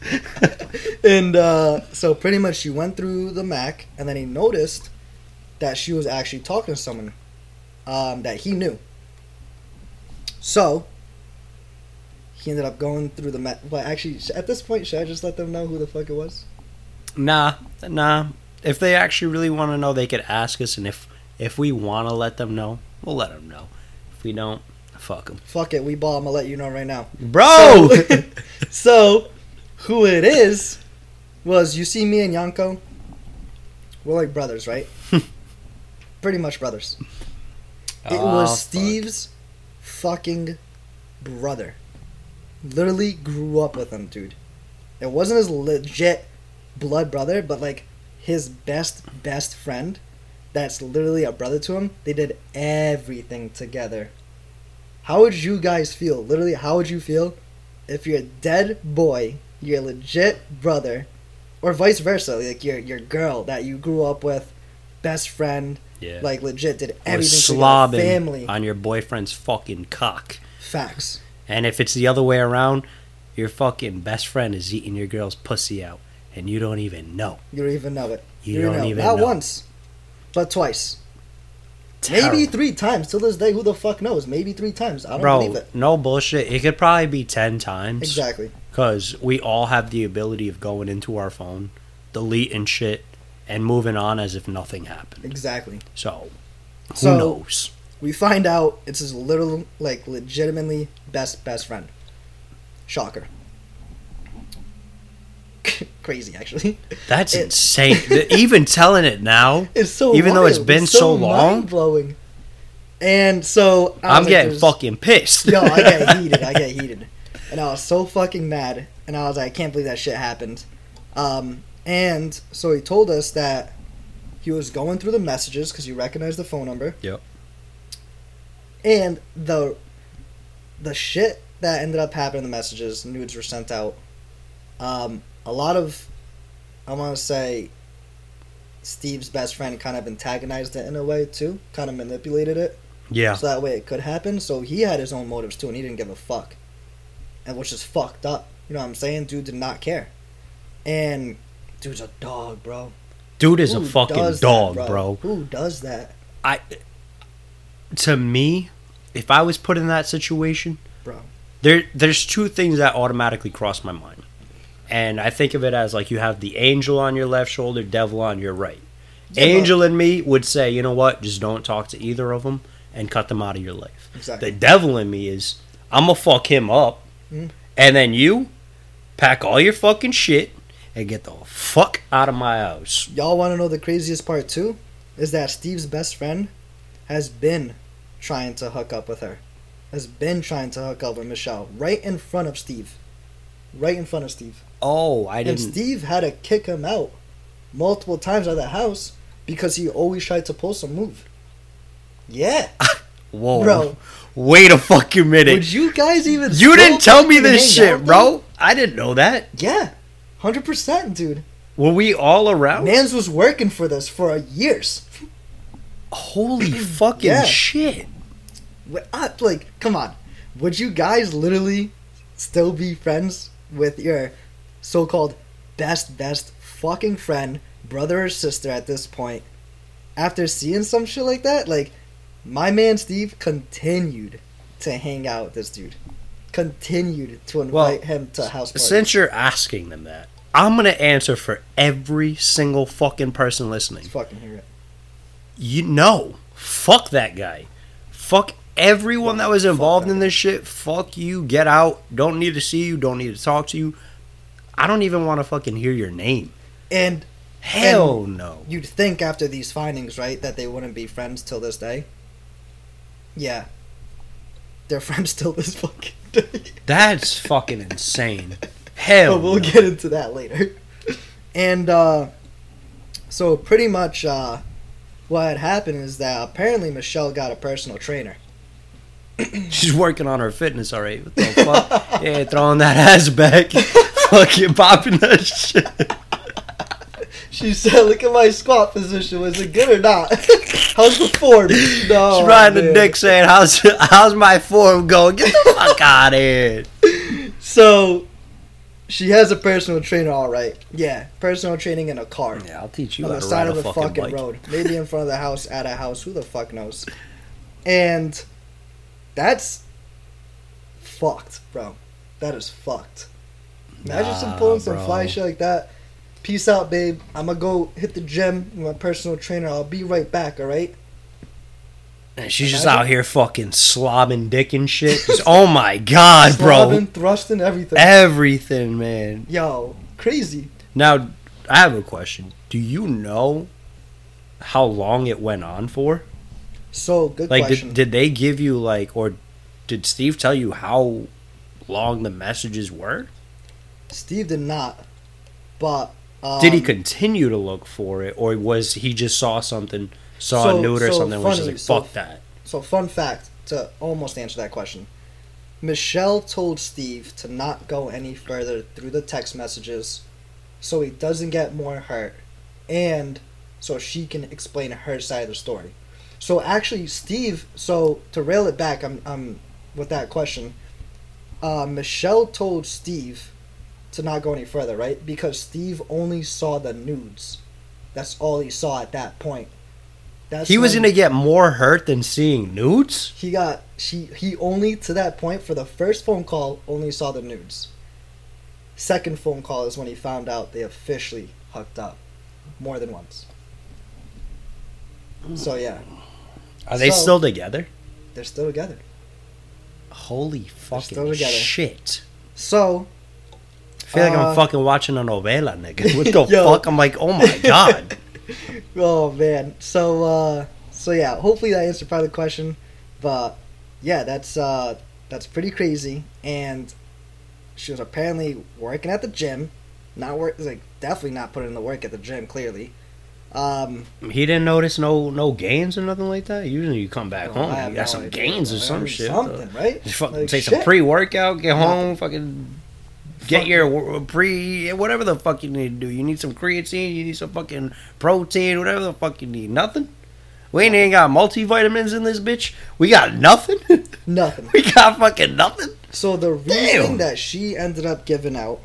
Speaker 1: and uh, so pretty much she went through the Mac, and then he noticed that she was actually talking to someone um, that he knew. So he ended up going through the Mac. Well, actually, sh- at this point, should I just let them know who the fuck it was?
Speaker 2: nah, nah. If they actually really want to know, they could ask us, and if if we want to let them know, we'll let them know. If we don't, fuck them,
Speaker 1: Fuck it, we ball. I'm gonna let you know right now.
Speaker 2: bro.
Speaker 1: So, so, who it is was you see me and Yanko. We're like brothers, right? Pretty much brothers. It
Speaker 2: Ah, fuck.
Speaker 1: was Steve's fucking brother. Literally grew up with him, dude. It wasn't his legit blood brother, but like his best best friend that's literally a brother to him. They did everything together. How would you guys feel? Literally, how would you feel if your dead boy, your legit brother, or vice versa, like your your girl that you grew up with, best friend,
Speaker 2: Yeah.
Speaker 1: like legit did
Speaker 2: was
Speaker 1: everything
Speaker 2: slobbing
Speaker 1: together. Family
Speaker 2: on your boyfriend's fucking cock.
Speaker 1: facts.
Speaker 2: And if it's the other way around, your fucking best friend is eating your girl's pussy out, and you don't even know.
Speaker 1: You don't even know it.
Speaker 2: You
Speaker 1: don't
Speaker 2: don't even
Speaker 1: Not
Speaker 2: know.
Speaker 1: once, but twice. Maybe
Speaker 2: Terrible.
Speaker 1: three times. Till this day, who the fuck knows? Maybe three times. I don't believe
Speaker 2: Bro,
Speaker 1: it.
Speaker 2: no bullshit. It could probably be 10 times.
Speaker 1: Exactly.
Speaker 2: Because we all have the ability of going into our phone, deleting shit, and moving on as if nothing happened.
Speaker 1: Exactly.
Speaker 2: So, who
Speaker 1: So-
Speaker 2: knows?
Speaker 1: We find out it's his literal, like, legitimately best best friend. Shocker. Crazy, actually.
Speaker 2: That's
Speaker 1: it-
Speaker 2: insane. Th- even telling it now,
Speaker 1: It's so
Speaker 2: Even though it's
Speaker 1: wild.
Speaker 2: been so long?
Speaker 1: mind blowing. And so I
Speaker 2: I'm
Speaker 1: was like,
Speaker 2: getting
Speaker 1: there's-
Speaker 2: fucking pissed.
Speaker 1: Yo, I get heated. I get heated. And I was so fucking mad. And I was like, I can't believe that shit happened. Um, and so he told us that he was going through the messages because he recognized the phone number.
Speaker 2: Yep.
Speaker 1: And the the shit that ended up happening in the messages, nudes were sent out. Um, a lot of, I want to say, Steve's best friend kind of antagonized it in a way too, kind of manipulated it.
Speaker 2: yeah.
Speaker 1: So that way it could happen. So he had his own motives too, and he didn't give a fuck, and which is fucked up. You know what I'm saying? Dude did not care, and dude's a dog, bro.
Speaker 2: Dude is a
Speaker 1: Who
Speaker 2: fucking
Speaker 1: does that,
Speaker 2: dog, bro.
Speaker 1: Who does that,
Speaker 2: I to me, if I was put in that situation,
Speaker 1: bro?
Speaker 2: there there's two things that automatically cross my mind. And I think of it as like you have the angel on your left shoulder, devil on your right.
Speaker 1: Yeah,
Speaker 2: angel in me would say, you know what, just don't talk to either of them and cut them out of your life.
Speaker 1: Exactly.
Speaker 2: The devil in me is I'm gonna fuck him up,
Speaker 1: Mm.
Speaker 2: and then you pack all your fucking shit and get the fuck out of my house.
Speaker 1: Y'all want to know the craziest part too? Is that Steve's best friend has been trying to hook up with her, has been trying to hook up with Michelle right in front of Steve, right in front of Steve.
Speaker 2: Oh, I
Speaker 1: And
Speaker 2: didn't.
Speaker 1: Steve had to kick him out multiple times out of the house because he always tried to pull some move. Yeah,
Speaker 2: Whoa,
Speaker 1: bro.
Speaker 2: Wait a fucking minute.
Speaker 1: Would you guys even?
Speaker 2: Oh, You
Speaker 1: still
Speaker 2: didn't tell me
Speaker 1: fucking hang
Speaker 2: this
Speaker 1: out
Speaker 2: shit,
Speaker 1: with him?
Speaker 2: bro. I didn't know that.
Speaker 1: Yeah, hundred percent, dude.
Speaker 2: Were we all around?
Speaker 1: Mans was working for this for years.
Speaker 2: Holy fucking
Speaker 1: Yeah.
Speaker 2: shit.
Speaker 1: Wh- I- Like, come on. Would you guys literally still be friends with your so-called best best fucking friend, brother or sister at this point? After seeing some shit like that, like my man Steve continued to hang out with this dude, continued to invite
Speaker 2: Well,
Speaker 1: him to house parties.
Speaker 2: Since you're asking them that, I'm going to answer for every single fucking person listening.
Speaker 1: Let's fucking hear it.
Speaker 2: You know, fuck that guy. Fuck everyone that was
Speaker 1: Fuck
Speaker 2: involved
Speaker 1: that
Speaker 2: in this shit. Fuck you. Get out. Don't need to see you. Don't need to talk to you. I don't even want to fucking hear your name.
Speaker 1: And
Speaker 2: Hell no.
Speaker 1: You'd think after these findings, right, that they wouldn't be friends till this day. Yeah. They're friends till this fucking day.
Speaker 2: That's fucking insane. Hell.
Speaker 1: but Oh, we'll
Speaker 2: no.
Speaker 1: get into that later. And uh, so pretty much uh, what had happened is that apparently Michelle got a personal trainer.
Speaker 2: She's working on her fitness, all right. What the fuck? yeah, throwing that ass back. fucking popping that shit.
Speaker 1: She said, "Look at my squat position. Was it good or not? How's the form?" No,
Speaker 2: She's riding the
Speaker 1: man.
Speaker 2: dick saying, how's, how's my form going? Get the fuck out of here.
Speaker 1: So she has a personal trainer, all right. Yeah, personal training in a car
Speaker 2: Yeah, I'll teach you
Speaker 1: on
Speaker 2: how
Speaker 1: the
Speaker 2: to
Speaker 1: side
Speaker 2: ride
Speaker 1: of
Speaker 2: a
Speaker 1: the
Speaker 2: fucking,
Speaker 1: fucking,
Speaker 2: bike.
Speaker 1: road, maybe in front of the house, at a house. Who the fuck knows? And that's fucked, bro. That is fucked. Imagine some
Speaker 2: Nah,
Speaker 1: pulling some
Speaker 2: bro.
Speaker 1: fly shit like that. Peace out, babe. I'm gonna go hit the gym with my personal trainer. I'll be right back. All right.
Speaker 2: And she's just
Speaker 1: Imagine.
Speaker 2: out here fucking slobbing dick and shit. Just, oh my god, bro. Eh.
Speaker 1: Throbbing, thrusting, everything.
Speaker 2: Everything, man.
Speaker 1: Yo, crazy.
Speaker 2: Now, I have a question. Do you know how long it went on for?
Speaker 1: So good
Speaker 2: Like,
Speaker 1: question.
Speaker 2: did, did they give you, like, or did Steve tell you how long the messages were?
Speaker 1: Steve did not, but um,
Speaker 2: did he continue to look for it, or was he just saw something, saw
Speaker 1: So-
Speaker 2: a nude or
Speaker 1: so
Speaker 2: something, was just
Speaker 1: funny,
Speaker 2: like,
Speaker 1: so-
Speaker 2: fuck that?
Speaker 1: So fun fact to almost answer that question, Michelle told Steve to not go any further through the text messages, so he doesn't get more hurt, and so she can explain her side of the story. So actually, Steve. So to rail it back, I'm, I'm with that question. Uh, Michelle told Steve to not go any further, right? Because Steve only saw the nudes. That's all he saw at that point. That's
Speaker 2: He was
Speaker 1: when-
Speaker 2: gonna get more hurt than seeing nudes?
Speaker 1: he got she he only to that point for the first phone call only saw the nudes. Second phone call is when he found out they officially hooked up more than once. So yeah,
Speaker 2: Are they
Speaker 1: So-
Speaker 2: still together?
Speaker 1: they're still together.
Speaker 2: Holy
Speaker 1: still
Speaker 2: fucking
Speaker 1: together.
Speaker 2: shit.
Speaker 1: So
Speaker 2: I feel like
Speaker 1: Uh,
Speaker 2: I'm fucking watching a novela, nigga. What the
Speaker 1: Yo.
Speaker 2: fuck? I'm like, oh my god.
Speaker 1: oh man. So uh so yeah, hopefully that answered part of the question. But yeah, that's uh that's pretty crazy. And she was apparently working at the gym. Not work like definitely not putting in the work at the gym, clearly. Um
Speaker 2: He didn't notice no no gains or nothing like that. Usually you come back home,
Speaker 1: I
Speaker 2: you
Speaker 1: have
Speaker 2: got
Speaker 1: no
Speaker 2: some
Speaker 1: idea.
Speaker 2: gains
Speaker 1: I
Speaker 2: or some
Speaker 1: mean,
Speaker 2: shit. though.
Speaker 1: Something, right?
Speaker 2: Just fucking
Speaker 1: Like,
Speaker 2: take some
Speaker 1: shit.
Speaker 2: pre workout, get
Speaker 1: Nothing.
Speaker 2: home, fucking get
Speaker 1: Fuck
Speaker 2: your w- pre whatever the fuck you need to do. You need some creatine, you need some fucking protein, whatever the fuck you need. Nothing. We ain't even got multivitamins in this bitch. We got nothing.
Speaker 1: Nothing.
Speaker 2: we got fucking nothing.
Speaker 1: So the reason
Speaker 2: Damn.
Speaker 1: that she ended up giving out.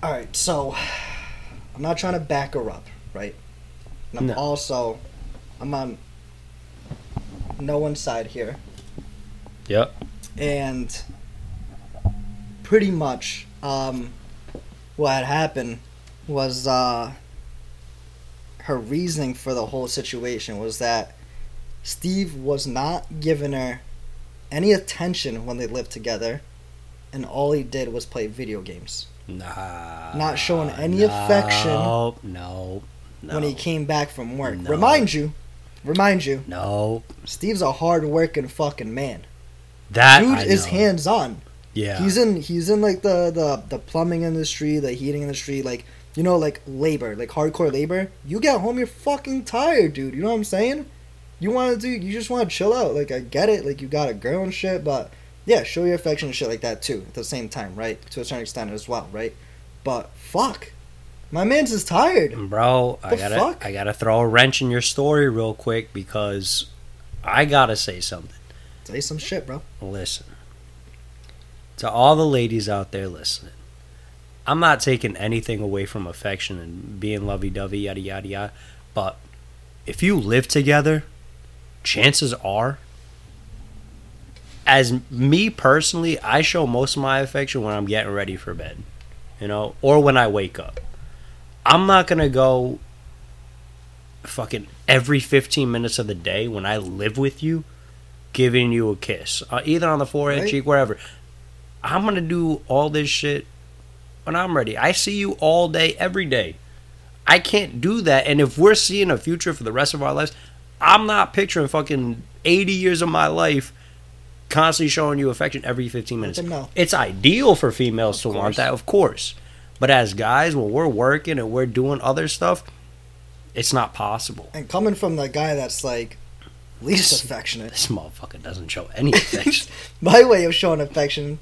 Speaker 1: All right, so I'm not trying to back her up, right? And I'm
Speaker 2: No.
Speaker 1: also I'm on no one's side here,
Speaker 2: Yep.
Speaker 1: and pretty much um, what had happened was uh, her reasoning for the whole situation was that Steve was not giving her any attention when they lived together, and all he did was play video games.
Speaker 2: Nah.
Speaker 1: Not showing any affection
Speaker 2: No, no. No.
Speaker 1: When he came back from work,
Speaker 2: No.
Speaker 1: remind you, remind you,
Speaker 2: no.
Speaker 1: Steve's a hard-working fucking man.
Speaker 2: That
Speaker 1: Dude
Speaker 2: I
Speaker 1: is
Speaker 2: know.
Speaker 1: hands-on.
Speaker 2: Yeah.
Speaker 1: He's in he's in like the, the the plumbing industry, the heating industry, like you know, like labor, like hardcore labor. You get home, you're fucking tired, dude. You know what I'm saying? You want to do, you just want to chill out. Like I get it, like you got a girl and shit, but yeah, show your affection and shit like that too. At the same time, right? To a certain extent as well, right? But fuck, my man's is tired.
Speaker 2: Bro, I
Speaker 1: The
Speaker 2: gotta
Speaker 1: fuck?
Speaker 2: I gotta throw a wrench in your story real quick because I gotta say something.
Speaker 1: Say some shit, bro.
Speaker 2: Listen. To all the ladies out there listening, I'm not taking anything away from affection and being lovey dovey, yada yada yada. But if you live together, chances are as me personally, I show most of my affection when I'm getting ready for bed. You know, or when I wake up. I'm not gonna go fucking every 15 minutes of the day when I live with you, giving you a kiss, uh, either on the forehead,
Speaker 1: Right.
Speaker 2: cheek, wherever. I'm gonna do all this shit when I'm ready. I see you all day, every day. I can't do that. And if we're seeing a future for the rest of our lives, I'm not picturing fucking 80 years of my life constantly showing you affection every 15 minutes.
Speaker 1: But no.
Speaker 2: It's ideal for females
Speaker 1: Of
Speaker 2: to
Speaker 1: course.
Speaker 2: want that, of course. But as guys, when we're working and we're doing other stuff, it's not possible.
Speaker 1: And coming from the guy that's like least affectionate,
Speaker 2: This motherfucker doesn't show any affection.
Speaker 1: my way of showing affection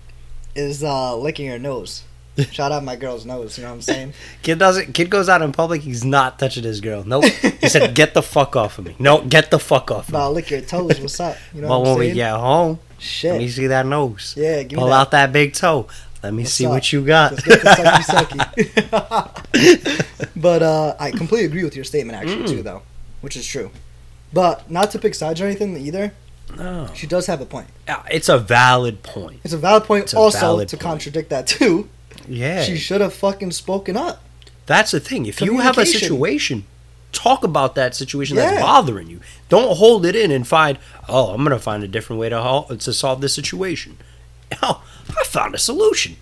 Speaker 1: is uh, licking her nose. Shout out my girl's nose. You know what I'm saying?
Speaker 2: kid doesn't. Kid goes out in public. He's not touching his girl. Nope. He said, "Get the fuck off of me." No, get the fuck off of me.
Speaker 1: Nah, lick your toes. What's up? You know
Speaker 2: but
Speaker 1: what I'm
Speaker 2: when we
Speaker 1: saying?
Speaker 2: get home, let me
Speaker 1: Shit.
Speaker 2: see that nose.
Speaker 1: Yeah, give me
Speaker 2: Pull
Speaker 1: that.
Speaker 2: out that big toe. Let me
Speaker 1: What's
Speaker 2: see
Speaker 1: up?
Speaker 2: what you got.
Speaker 1: Let's get the sucky sucky. but uh, I completely agree with your statement, actually,
Speaker 2: Mm.
Speaker 1: too, though, which is true. But not to pick sides or anything either.
Speaker 2: No.
Speaker 1: She does have a point.
Speaker 2: Uh, It's a valid point.
Speaker 1: It's a valid point.
Speaker 2: It's a
Speaker 1: also,
Speaker 2: valid
Speaker 1: to
Speaker 2: point.
Speaker 1: contradict that too,
Speaker 2: Yeah.
Speaker 1: she should have fucking spoken up.
Speaker 2: That's the thing. If you have a
Speaker 1: Communication.
Speaker 2: situation, talk about that situation
Speaker 1: Yeah.
Speaker 2: that's bothering you. Don't hold it in and find, oh, I'm going to find a different way to, hol- to solve this situation. Oh, I found a solution.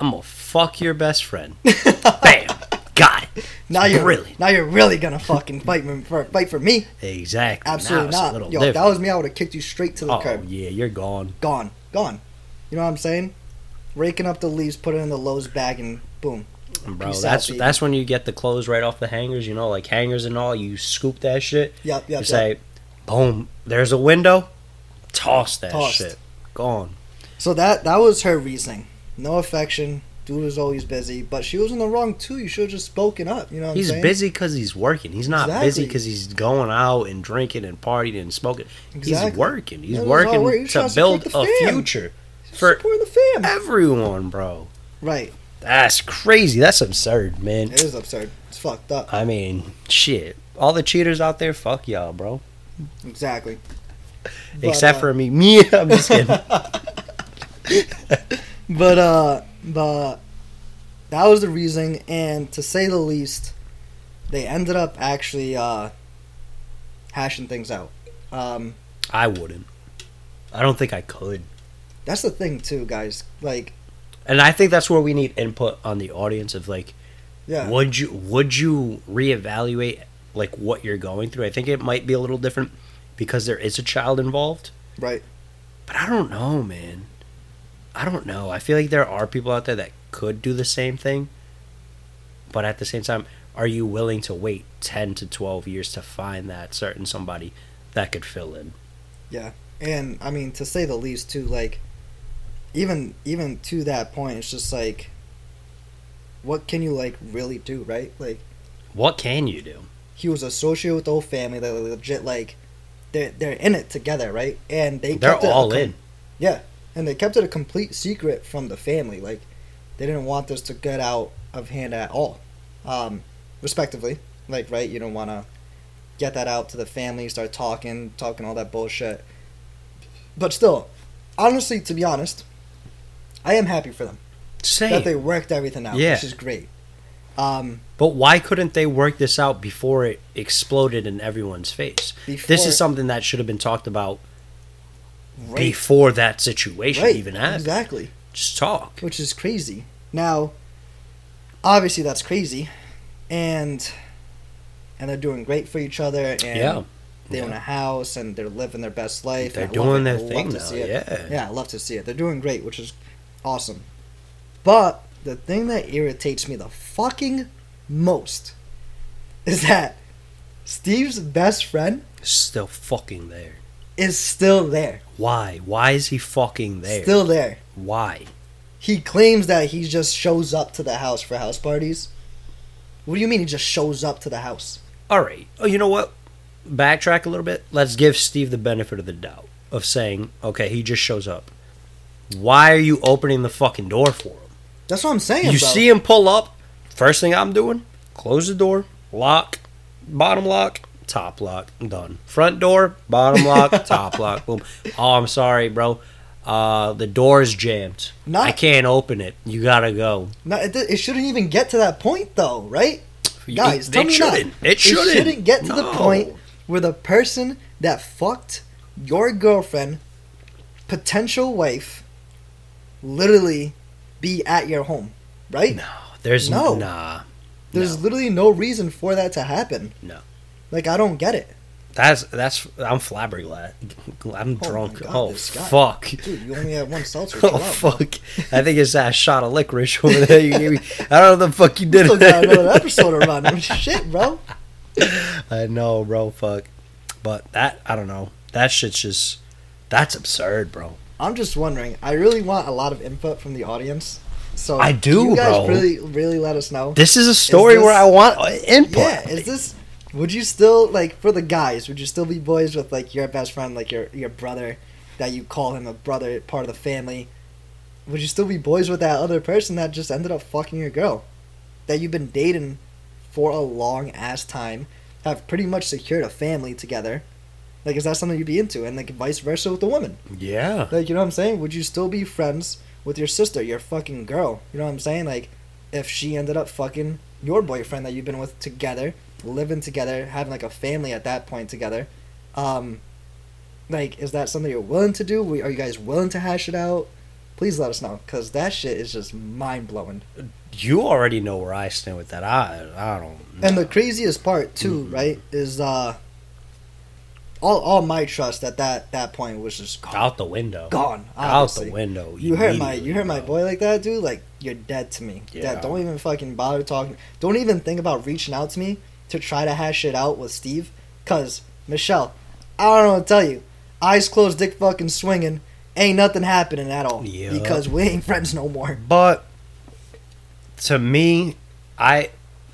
Speaker 2: I'm going to fuck your best friend. Bam. Got it.
Speaker 1: Now you're
Speaker 2: Brilliant.
Speaker 1: now you're really gonna fucking fight me for fight for me.
Speaker 2: Exactly. Now
Speaker 1: Absolutely
Speaker 2: it's a
Speaker 1: not.
Speaker 2: little
Speaker 1: Yo, if
Speaker 2: different.
Speaker 1: that was me, I would have kicked you straight to the
Speaker 2: oh,
Speaker 1: curb.
Speaker 2: yeah, you're gone.
Speaker 1: Gone, gone. You know what I'm saying? Raking up the leaves, put it in the Lowe's bag, and boom.
Speaker 2: Bro,
Speaker 1: Peace out,
Speaker 2: that's
Speaker 1: baby.
Speaker 2: that's when you get the clothes right off the hangers, you know, like hangers and all. You scoop that shit.
Speaker 1: Yep, yep.
Speaker 2: you
Speaker 1: yep.
Speaker 2: say, boom, there's a window. Toss that
Speaker 1: Tossed.
Speaker 2: shit. Gone.
Speaker 1: So that that was her reasoning. No affection. Dude was always busy, but she was in the wrong too. You should have just spoken up. You know what
Speaker 2: He's
Speaker 1: I'm saying?
Speaker 2: busy because he's working. He's not busy
Speaker 1: Exactly.
Speaker 2: because he's going out and drinking and partying and smoking. He's working. He's
Speaker 1: That was
Speaker 2: working
Speaker 1: all right. He's trying to support
Speaker 2: to build
Speaker 1: the
Speaker 2: a
Speaker 1: fam.
Speaker 2: future for
Speaker 1: Supporting the fam.
Speaker 2: everyone, bro.
Speaker 1: Right.
Speaker 2: That's crazy. That's absurd, man.
Speaker 1: It is absurd. It's fucked up.
Speaker 2: I mean, shit. All the cheaters out there, fuck y'all, bro.
Speaker 1: Exactly.
Speaker 2: Except
Speaker 1: uh,
Speaker 2: for me. Me, I'm just kidding.
Speaker 1: But uh but that was the reason and to say the least, they ended up actually uh hashing things out. Um
Speaker 2: I wouldn't. I don't think I could.
Speaker 1: that's the thing too, guys. Like
Speaker 2: And I think that's where we need input on the audience of like,
Speaker 1: yeah.
Speaker 2: would you would you reevaluate like what you're going through? I think it might be a little different because there is a child involved.
Speaker 1: Right.
Speaker 2: But I don't know, man. I don't know. I feel like there are people out there that could do the same thing. But at the same time, are you willing to wait 10 to 12 years to find that certain somebody that could fill in?
Speaker 1: and I mean to say the least too like even even to that point it's just like what can you like really do right like
Speaker 2: What can you do?
Speaker 1: he was associated with the whole family that legit like they're, they're in it together right and they
Speaker 2: They're
Speaker 1: kept it a
Speaker 2: all
Speaker 1: com-
Speaker 2: in.
Speaker 1: and they kept it a complete secret from the family like they didn't want this to get out of hand at all um respectively like right you don't want to get that out to the family start talking talking all that bullshit but still honestly to be honest i am happy for them that they
Speaker 2: Same.
Speaker 1: worked everything out
Speaker 2: Yeah.
Speaker 1: which is great um
Speaker 2: But why couldn't they work this out before it exploded in everyone's face?
Speaker 1: before,
Speaker 2: This is something that should have been talked about
Speaker 1: right,
Speaker 2: before that situation
Speaker 1: right,
Speaker 2: even happened.
Speaker 1: exactly
Speaker 2: Just talk.
Speaker 1: which is crazy now obviously that's crazy and and they're doing great for each other and
Speaker 2: Yeah.
Speaker 1: they own
Speaker 2: Yeah.
Speaker 1: a house and they're living their best life.
Speaker 2: They're
Speaker 1: and I love
Speaker 2: doing
Speaker 1: it. I
Speaker 2: their
Speaker 1: love
Speaker 2: thing
Speaker 1: to
Speaker 2: now.
Speaker 1: see it.
Speaker 2: Yeah.
Speaker 1: Yeah, I love to see it. They're doing great, which is awesome. But the thing that irritates me the fucking most is that Steve's best friend
Speaker 2: Still fucking there.
Speaker 1: is still there.
Speaker 2: Why? Why is he fucking there?
Speaker 1: Still there.
Speaker 2: Why?
Speaker 1: He claims that he just shows up to the house for house parties. What do you mean he just shows up to the house?
Speaker 2: All right. Oh, you know what? Backtrack a little bit. Let's give Steve the benefit of the doubt of saying, okay, he just shows up. Why are you opening the fucking door for him?
Speaker 1: That's what I'm saying.
Speaker 2: you
Speaker 1: bro.
Speaker 2: see him pull up. First thing I'm doing, close the door, lock, bottom lock, top lock, done. Front door, bottom lock, top lock, boom. Oh, I'm sorry, bro. Uh, the door's jammed.
Speaker 1: Not-
Speaker 2: I can't open it. You gotta go.
Speaker 1: No, it, it shouldn't even get to that point though, right? Guys,
Speaker 2: it,
Speaker 1: tell
Speaker 2: it
Speaker 1: me
Speaker 2: shouldn't. It shouldn't.
Speaker 1: It shouldn't get to the
Speaker 2: No.
Speaker 1: point where the person that fucked your girlfriend, potential wife, literally be at your home. right?
Speaker 2: No, there's
Speaker 1: No.
Speaker 2: no. Nah,
Speaker 1: There's
Speaker 2: no.
Speaker 1: literally no reason for that to happen.
Speaker 2: No.
Speaker 1: Like I don't get it.
Speaker 2: That's that's. I'm flabbergasted. I'm
Speaker 1: my
Speaker 2: drunk.
Speaker 1: God,
Speaker 2: oh
Speaker 1: this guy.
Speaker 2: fuck.
Speaker 1: Dude, you only have one seltzer.
Speaker 2: Oh
Speaker 1: Chill out.
Speaker 2: fuck! I think it's that shot of licorice over there you gave me. I don't know the fuck you did.
Speaker 1: Still
Speaker 2: it.
Speaker 1: got another episode to run. Shit, bro.
Speaker 2: I know, Uh, bro. Fuck. But that I don't know. That shit's just that's absurd, bro.
Speaker 1: I'm just wondering. I really want a lot of input from the audience. So
Speaker 2: I do,
Speaker 1: You guys
Speaker 2: bro.
Speaker 1: really, really let us know.
Speaker 2: This is a story
Speaker 1: this-
Speaker 2: where I want uh, input.
Speaker 1: yeah, is this? Would you still like for the guys? Would you still be boys with like your best friend, like your your brother, that you call him a brother, part of the family? Would you still be boys with that other person that just ended up fucking your girl, that you've been dating for a long ass time, have pretty much secured a family together? Like, is that something you'd be into? And like vice versa with the woman.
Speaker 2: yeah.
Speaker 1: Like, you know what I'm saying? Would you still be friends with your sister, your fucking girl? You know what I'm saying? Like, if she ended up fucking your boyfriend that you've been with together, living together, having like a family at that point together, um, like, is that something you're willing to do? We- Are you guys willing to hash it out? Please let us know, cause that shit is just mind blowing.
Speaker 2: You already know where I stand with that. I I don't.
Speaker 1: And the craziest part
Speaker 2: Mm-hmm.
Speaker 1: too, right, is uh, all all my trust at that that point was just gone.
Speaker 2: out the window.
Speaker 1: gone
Speaker 2: Out
Speaker 1: obviously.
Speaker 2: the window.
Speaker 1: You hurt my
Speaker 2: immediately,
Speaker 1: you hurt my
Speaker 2: bro.
Speaker 1: boy like that, dude. Like you're dead to me. Yeah.
Speaker 2: Yeah.
Speaker 1: don't even fucking bother talking. Don't even think about reaching out to me to try to hash it out with Steve. Cause Michelle, I don't know what to tell you. Eyes closed, dick fucking swinging. Ain't nothing happening at all.
Speaker 2: Yeah.
Speaker 1: Because we ain't friends no more.
Speaker 2: But to me, I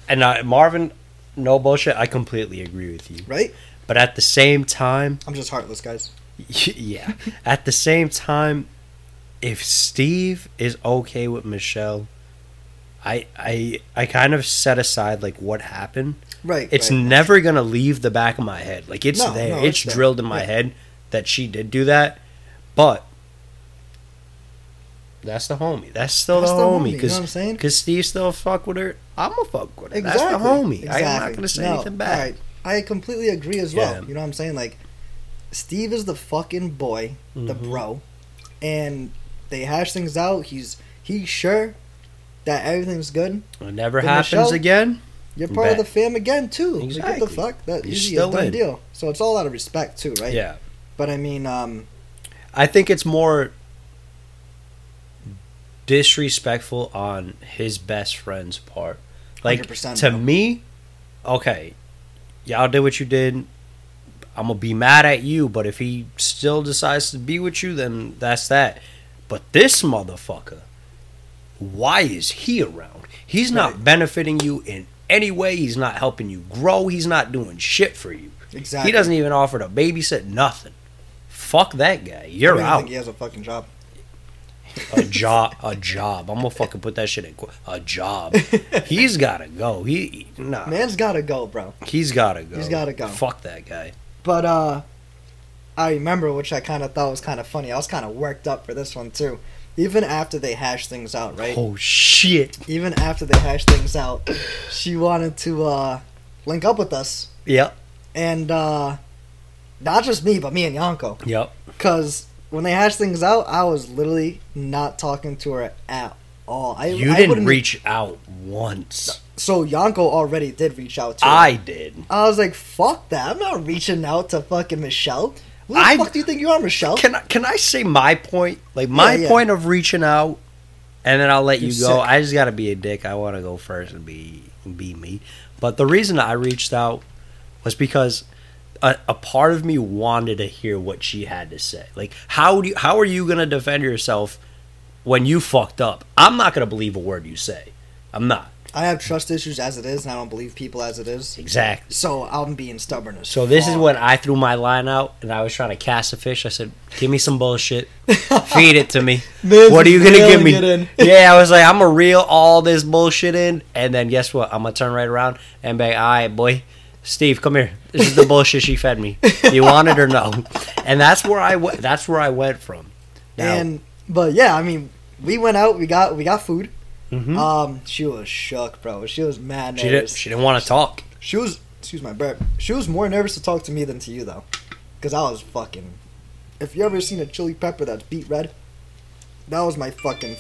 Speaker 2: and I, Marvin, no bullshit. I completely agree with you.
Speaker 1: Right?
Speaker 2: But at the same time,
Speaker 1: I'm just heartless, guys.
Speaker 2: yeah. At the same time, if Steve is okay with Michelle, I I I kind of set aside like what happened.
Speaker 1: Right.
Speaker 2: It's
Speaker 1: right.
Speaker 2: never gonna leave the back of my head. Like it's
Speaker 1: No,
Speaker 2: there.
Speaker 1: no,
Speaker 2: it's
Speaker 1: it's there.
Speaker 2: drilled in my
Speaker 1: Yeah.
Speaker 2: head that she did do that. But that's the homie. That's still
Speaker 1: That's
Speaker 2: the,
Speaker 1: the homie,
Speaker 2: homie.
Speaker 1: you know
Speaker 2: Cause,
Speaker 1: what I'm saying?
Speaker 2: Cause Steve still fuck with her. I'm a fuck with her.
Speaker 1: Exactly.
Speaker 2: That's the homie. I'm not
Speaker 1: Exactly.
Speaker 2: gonna say
Speaker 1: No,
Speaker 2: anything back.
Speaker 1: alright. I completely agree as well.
Speaker 2: Yeah.
Speaker 1: You know what I'm saying? Like, Steve is the fucking boy, the
Speaker 2: Mhm.
Speaker 1: bro, and they hash things out. He's he's sure that everything's good.
Speaker 2: It never
Speaker 1: But
Speaker 2: happens
Speaker 1: Michelle-
Speaker 2: again.
Speaker 1: You're part of
Speaker 2: Bet.
Speaker 1: the fam again too. Like, what
Speaker 2: Exactly.
Speaker 1: the fuck? That
Speaker 2: You're
Speaker 1: usually
Speaker 2: still
Speaker 1: a done
Speaker 2: in.
Speaker 1: deal. So it's all out of respect too, right?
Speaker 2: Yeah.
Speaker 1: But I mean, um,
Speaker 2: I think it's more disrespectful on his best friend's part. Like
Speaker 1: 100%,
Speaker 2: to
Speaker 1: bro.
Speaker 2: me, okay, y'all did what you did. I'm gonna be mad at you, but if he still decides to be with you, then that's that. But this motherfucker, why is he around? He's not benefiting you in any way. He's not helping you grow. He's not doing shit for you.
Speaker 1: exactly.
Speaker 2: He doesn't even offer to babysit nothing. Fuck that guy. You're
Speaker 1: I don't even
Speaker 2: out
Speaker 1: think he has a fucking job.
Speaker 2: a job a job i'm gonna fucking put that shit in qu- a job he's gotta go he nah
Speaker 1: Man's gotta go, bro.
Speaker 2: he's gotta go
Speaker 1: He's gotta go.
Speaker 2: fuck that guy
Speaker 1: But uh I remember which I kinda thought was kinda funny. I was kinda worked up for this one too. Even after they hashed things out, right?
Speaker 2: oh shit
Speaker 1: Even after they hashed things out, she wanted to uh link up with us.
Speaker 2: yep
Speaker 1: And uh not just me, but me and Yanko.
Speaker 2: yep
Speaker 1: Cause when they hashed things out, I was literally not talking to her at all. I,
Speaker 2: you
Speaker 1: I
Speaker 2: didn't
Speaker 1: wouldn't-
Speaker 2: reach out once
Speaker 1: So Yanko already did reach out to her.
Speaker 2: i did
Speaker 1: I was like, fuck that. I'm not reaching out to fucking Michelle. Who the
Speaker 2: I-
Speaker 1: fuck do you think you are, Michelle?
Speaker 2: can i can i say my point like
Speaker 1: Oh.
Speaker 2: my
Speaker 1: Yeah, yeah.
Speaker 2: point of reaching out and then i'll let you
Speaker 1: You're
Speaker 2: go
Speaker 1: sick.
Speaker 2: i just gotta be a dick i want to go first and be be me but the reason i reached out was because a, a part of me wanted to hear what she had to say. Like, how do you, how are you gonna defend yourself when you fucked up? I'm not gonna believe a word you say. I'm not
Speaker 1: I have trust issues as it is, and I don't believe people as it is.
Speaker 2: exactly.
Speaker 1: So I'm being stubborn as
Speaker 2: So this is
Speaker 1: fuck.
Speaker 2: when I threw my line out and I was trying to cast a fish. I said, "Give me some bullshit, feed it to me.
Speaker 1: This
Speaker 2: what are
Speaker 1: is
Speaker 2: you gonna give
Speaker 1: reeling
Speaker 2: me?"
Speaker 1: it in.
Speaker 2: yeah, I was like, "I'm gonna reel all this bullshit in," and then guess what? I'm gonna turn right around and be, "All right, boy, Steve, come here. This is the bullshit she fed me. You want it or no?" And that's where I went. That's where I went from. Now,
Speaker 1: And but yeah, I mean, we went out. We got we got food.
Speaker 2: Mhm.
Speaker 1: Um, she was shook, bro. She was mad
Speaker 2: she
Speaker 1: nervous.
Speaker 2: didn't. She didn't want to talk.
Speaker 1: she was excuse my burp. She was more nervous to talk to me than to you though, because I was fucking. If you ever seen a chili pepper that's beet red, that was my fucking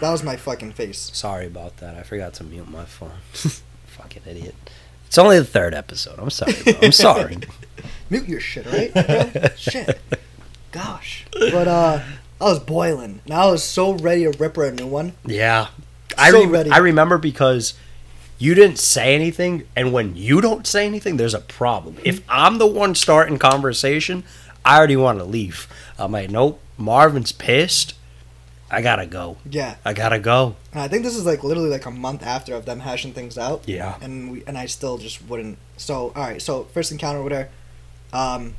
Speaker 1: That was my fucking face.
Speaker 2: Sorry about that. I forgot to mute my phone. Fucking idiot. It's only the third episode. I'm sorry. Bro. I'm sorry.
Speaker 1: Mute your shit, right? bro? shit. Gosh. But uh I was boiling. And I was so ready to rip her a new one.
Speaker 2: Yeah. I
Speaker 1: So
Speaker 2: re-
Speaker 1: ready.
Speaker 2: I remember because you didn't say anything, and when you don't say anything, there's a problem.
Speaker 1: Mm-hmm.
Speaker 2: If I'm the one starting conversation, I already want to leave. I'm like, nope. Marvin's pissed. I gotta go.
Speaker 1: Yeah.
Speaker 2: I gotta go.
Speaker 1: And I think this is like literally like a month after of them hashing things out.
Speaker 2: Yeah.
Speaker 1: and we and I still just wouldn't. So all right, so first encounter with her, um,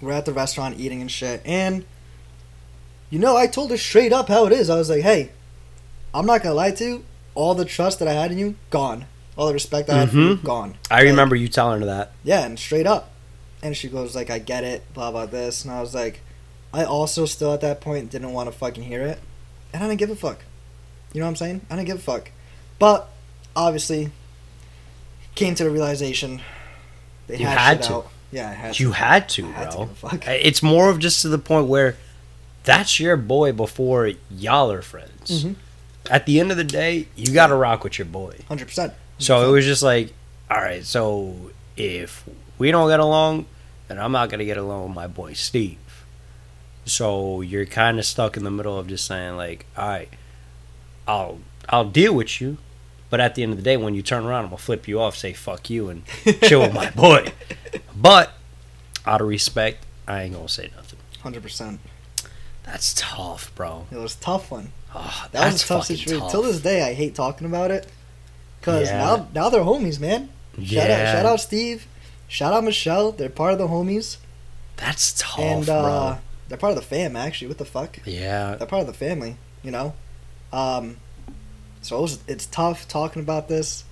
Speaker 1: we're at the restaurant eating and shit, and you know I told her straight up how it is. I was like, hey, I'm not gonna lie to you. All the trust that I had in you, gone. All the respect I had for you,
Speaker 2: Mhm.
Speaker 1: gone.
Speaker 2: I remember you telling her that.
Speaker 1: Yeah, and straight up. And she goes like, I get it, blah blah this, and I was like, I also still at that point didn't want to fucking hear it, and I didn't give a fuck. You know what I'm saying? I didn't give a fuck. But obviously, came to the realization they
Speaker 2: You
Speaker 1: hashed
Speaker 2: had
Speaker 1: it
Speaker 2: to.
Speaker 1: out. Yeah, I had
Speaker 2: You had to,
Speaker 1: I had to
Speaker 2: bro.
Speaker 1: give a fuck.
Speaker 2: It's more of just to the point where that's your boy before y'all are friends.
Speaker 1: Mhm.
Speaker 2: At the end of the day, you gotta rock with your boy.
Speaker 1: hundred percent.
Speaker 2: So it was just like, all right, so if we don't get along, then I'm not going to get along with my boy Steve. So you're kind of stuck in the middle of just saying like, all right, I'll I'll deal with you, but at the end of the day, when you turn around, I'm gonna flip you off, say fuck you, and chill with my boy. But out of respect, I ain't gonna say nothing.
Speaker 1: hundred percent.
Speaker 2: That's tough, bro.
Speaker 1: It was a tough one.
Speaker 2: Ah,
Speaker 1: That was
Speaker 2: that's
Speaker 1: a tough
Speaker 2: fucking
Speaker 1: situation.
Speaker 2: tough.
Speaker 1: Till this day, I hate talking about it. Cause
Speaker 2: Yeah.
Speaker 1: now now they're homies, man. Shout out,
Speaker 2: Yeah.
Speaker 1: shout out Steve. Shout out Michelle. They're part of the homies.
Speaker 2: That's tough,
Speaker 1: and uh,
Speaker 2: bro.
Speaker 1: they're part of the fam actually what the fuck
Speaker 2: Yeah,
Speaker 1: they're part of the family you know um, so it was- it's tough talking about this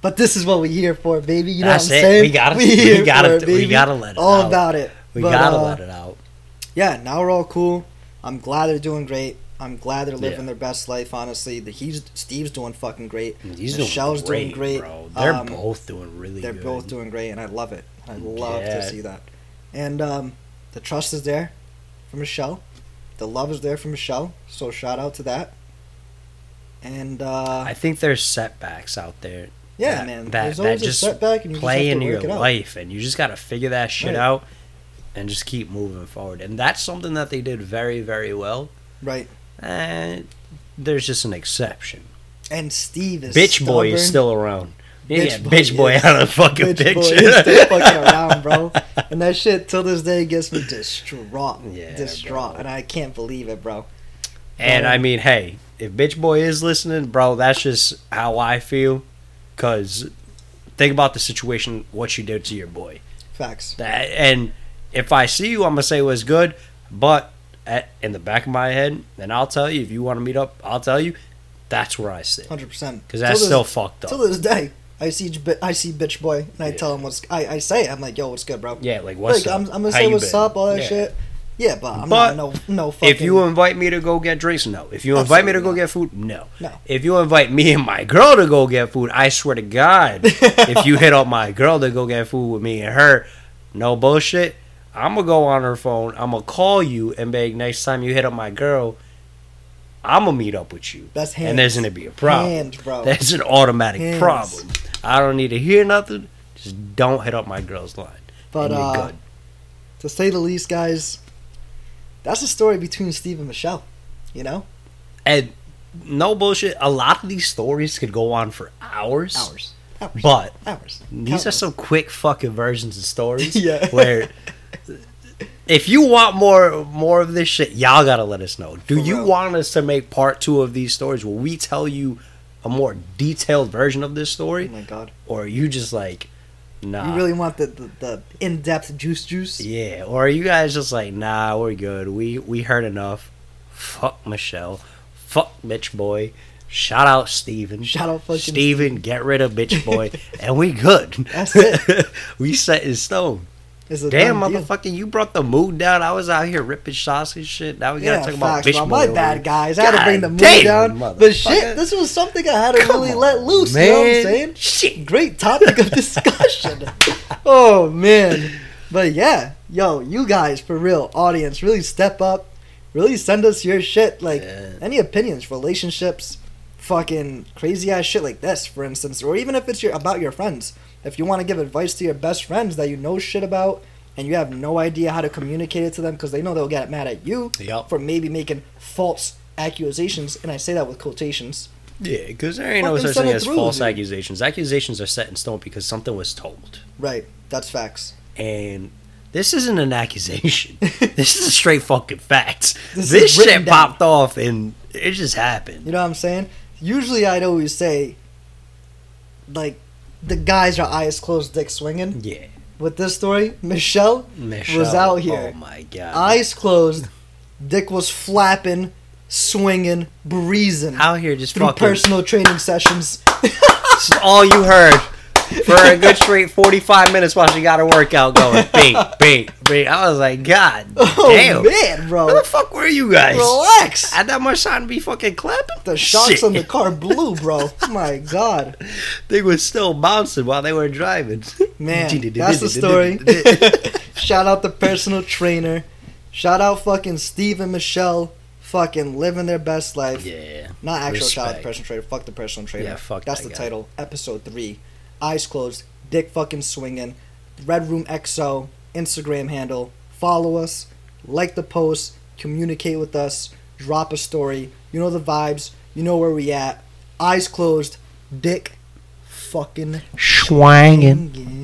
Speaker 1: but this is what we're here for baby you know
Speaker 2: That's
Speaker 1: what i'm
Speaker 2: it.
Speaker 1: saying
Speaker 2: We gotta- we
Speaker 1: here
Speaker 2: gotta-
Speaker 1: for it,
Speaker 2: we
Speaker 1: baby.
Speaker 2: gotta let it
Speaker 1: all
Speaker 2: out.
Speaker 1: about it
Speaker 2: we
Speaker 1: But,
Speaker 2: gotta
Speaker 1: uh,
Speaker 2: let it out.
Speaker 1: yeah now we're all cool i'm glad they're doing great i'm glad they're living
Speaker 2: Yeah.
Speaker 1: their best life honestly the he's steve's doing fucking great
Speaker 2: He's
Speaker 1: Michelle's
Speaker 2: doing
Speaker 1: doing
Speaker 2: great,
Speaker 1: great.
Speaker 2: bro. They're
Speaker 1: Um,
Speaker 2: both doing really
Speaker 1: they're
Speaker 2: good.
Speaker 1: both doing great and i love it i love
Speaker 2: Yeah.
Speaker 1: to see that and um, the trust is there for michelle the love is there for michelle so shout out to that and uh,
Speaker 2: I think there's setbacks out there.
Speaker 1: yeah
Speaker 2: that-
Speaker 1: man
Speaker 2: that-
Speaker 1: there's
Speaker 2: that
Speaker 1: always
Speaker 2: just
Speaker 1: a setback and you
Speaker 2: Play
Speaker 1: just have
Speaker 2: into
Speaker 1: to work
Speaker 2: your
Speaker 1: it out.
Speaker 2: life, and you just got to figure that shit
Speaker 1: Right.
Speaker 2: out, and just keep moving forward. And that's something that they did very, very well.
Speaker 1: right
Speaker 2: And there's just an exception.
Speaker 1: and steve is
Speaker 2: bitch boy is
Speaker 1: stubborn.
Speaker 2: still around.
Speaker 1: Bitch
Speaker 2: yeah,
Speaker 1: boy
Speaker 2: bitch boy
Speaker 1: is-
Speaker 2: out of the fucking
Speaker 1: bitch boy
Speaker 2: picture.
Speaker 1: is still fucking around bro and that shit till this day gets me distraught
Speaker 2: Yeah,
Speaker 1: distraught
Speaker 2: bro.
Speaker 1: and i can't believe it bro
Speaker 2: And I mean, hey, if Bitch Boy is listening, bro, that's just how I feel. Cause think about the situation, what you did to your boy.
Speaker 1: facts
Speaker 2: That and if I see you, I'm gonna say what's good. But at, in the back of my head, then I'll tell you if you want to meet up. I'll tell you. That's where I sit.
Speaker 1: 100% Till
Speaker 2: Cause that's
Speaker 1: this-
Speaker 2: still fucked up.
Speaker 1: Till this day, I see bi- I see bitch boy, and I
Speaker 2: Yeah.
Speaker 1: tell him what's I, I say it. I'm like, yo, what's good, bro?
Speaker 2: Yeah, like what's
Speaker 1: like
Speaker 2: up?
Speaker 1: I'm, I'm gonna
Speaker 2: How
Speaker 1: say
Speaker 2: you
Speaker 1: what's
Speaker 2: been?
Speaker 1: up, all that
Speaker 2: Yeah.
Speaker 1: shit. Yeah, but I'm
Speaker 2: But
Speaker 1: not no no fucking.
Speaker 2: If you invite me to go get drinks, no. If you invite me to go
Speaker 1: Absolutely
Speaker 2: get food, no.
Speaker 1: No.
Speaker 2: If you invite me and my girl to go get food, I swear to God, if you hit up my girl to go get food with me and her, no bullshit. I'm gonna go on her phone. I'm gonna call you and beg next time you hit up my girl, I'm gonna meet up with you.
Speaker 1: that's hands.
Speaker 2: And there's gonna be a problem.
Speaker 1: Hands, bro.
Speaker 2: That's an automatic
Speaker 1: Hands.
Speaker 2: problem. I don't need to hear nothing. Just don't hit up my girl's line.
Speaker 1: but
Speaker 2: and you're
Speaker 1: uh,
Speaker 2: good.
Speaker 1: to say the least, guys, that's a story between Steve and Michelle. You know,
Speaker 2: And no bullshit. A lot of these stories could go on for hours.
Speaker 1: hours, hours,
Speaker 2: But
Speaker 1: hours.
Speaker 2: these are
Speaker 1: Countless.
Speaker 2: some quick fucking versions of stories.
Speaker 1: Yeah.
Speaker 2: Where if you want more more of this shit, y'all gotta let us know. Do
Speaker 1: For
Speaker 2: you
Speaker 1: real.
Speaker 2: want us to make part two of these stories where we tell you a more detailed version of this
Speaker 1: Oh
Speaker 2: story?
Speaker 1: my god!
Speaker 2: Or are you just like nah.
Speaker 1: You really want the the, the in depth juice juice?
Speaker 2: yeah. Or are you guys just like, nah, we're good. We we heard enough. Fuck Michelle. Fuck bitch boy. Shout out Steven.
Speaker 1: Shout out fucking
Speaker 2: Steven, get rid of bitch boy. and we good.
Speaker 1: That's it.
Speaker 2: we set in stone.
Speaker 1: It's a
Speaker 2: Damn,
Speaker 1: done deal.
Speaker 2: motherfucker, you brought the mood down. I was out here ripping shots and shit. Now we gotta
Speaker 1: Yeah,
Speaker 2: talk about
Speaker 1: facts,
Speaker 2: bitch
Speaker 1: bro.
Speaker 2: boy.
Speaker 1: My
Speaker 2: over
Speaker 1: bad,
Speaker 2: here.
Speaker 1: guys. I had to
Speaker 2: God
Speaker 1: bring the mood
Speaker 2: damn,
Speaker 1: down. But
Speaker 2: motherfucker.
Speaker 1: shit, this was something I had to
Speaker 2: Come
Speaker 1: really
Speaker 2: on,
Speaker 1: let loose. You know what I'm
Speaker 2: man.
Speaker 1: saying?
Speaker 2: Shit.
Speaker 1: Great topic of discussion. oh man, but yeah, yo, you guys for real, audience, really step up, really send us your shit. Like
Speaker 2: Yeah.
Speaker 1: any opinions, relationships, fucking crazy ass shit like this, for instance, or even if it's your about your friends. If you want to give advice to your best friends that you know shit about and you have no idea how to communicate it to them because they know they'll get mad at you
Speaker 2: Yup.
Speaker 1: for maybe making false accusations, and I say that with quotations.
Speaker 2: Yeah, because there ain't no
Speaker 1: Fucking
Speaker 2: such
Speaker 1: send
Speaker 2: thing
Speaker 1: it
Speaker 2: as
Speaker 1: through,
Speaker 2: false
Speaker 1: dude.
Speaker 2: accusations. Accusations are set in stone because something was told.
Speaker 1: Right. That's facts.
Speaker 2: And this isn't an accusation. this is a straight fucking fact.
Speaker 1: This
Speaker 2: This,
Speaker 1: is
Speaker 2: shit
Speaker 1: written down.
Speaker 2: popped off and it just happened.
Speaker 1: You know what I'm saying? Usually, I'd always say, like, the guys are eyes closed, dick swinging.
Speaker 2: Yeah.
Speaker 1: With this story, Michelle,
Speaker 2: Michelle.
Speaker 1: was out here.
Speaker 2: Oh my god.
Speaker 1: eyes closed, dick was flapping, swinging, breezing
Speaker 2: out here just
Speaker 1: through
Speaker 2: fucking
Speaker 1: personal training sessions.
Speaker 2: This is all you heard for a good straight 45 minutes while she got her workout going. Bing, bing, bing. I was like, God
Speaker 1: Oh
Speaker 2: damn.
Speaker 1: man,
Speaker 2: Where
Speaker 1: bro!
Speaker 2: the fuck were you guys?
Speaker 1: Relax.
Speaker 2: Had that much time to be fucking clapping?
Speaker 1: The shocks
Speaker 2: Shit.
Speaker 1: on the car blew, bro. My God,
Speaker 2: They were still bouncing while they were driving.
Speaker 1: man, that's the story. Shout out the personal trainer. Shout out fucking Steve and Michelle, fucking living their best life.
Speaker 2: yeah.
Speaker 1: Not actual shout out the
Speaker 2: Respect.
Speaker 1: personal trader. Fuck the personal trader.
Speaker 2: Yeah, fuck
Speaker 1: That's
Speaker 2: that
Speaker 1: the
Speaker 2: guy.
Speaker 1: title. Episode three. Eyes closed. Dick fucking swinging. Red Room XO Instagram handle. Follow us. Like the post. Communicate with us. Drop a story. You know the vibes. You know where we at. Eyes closed. Dick fucking
Speaker 2: Schwangin'.
Speaker 1: swinging.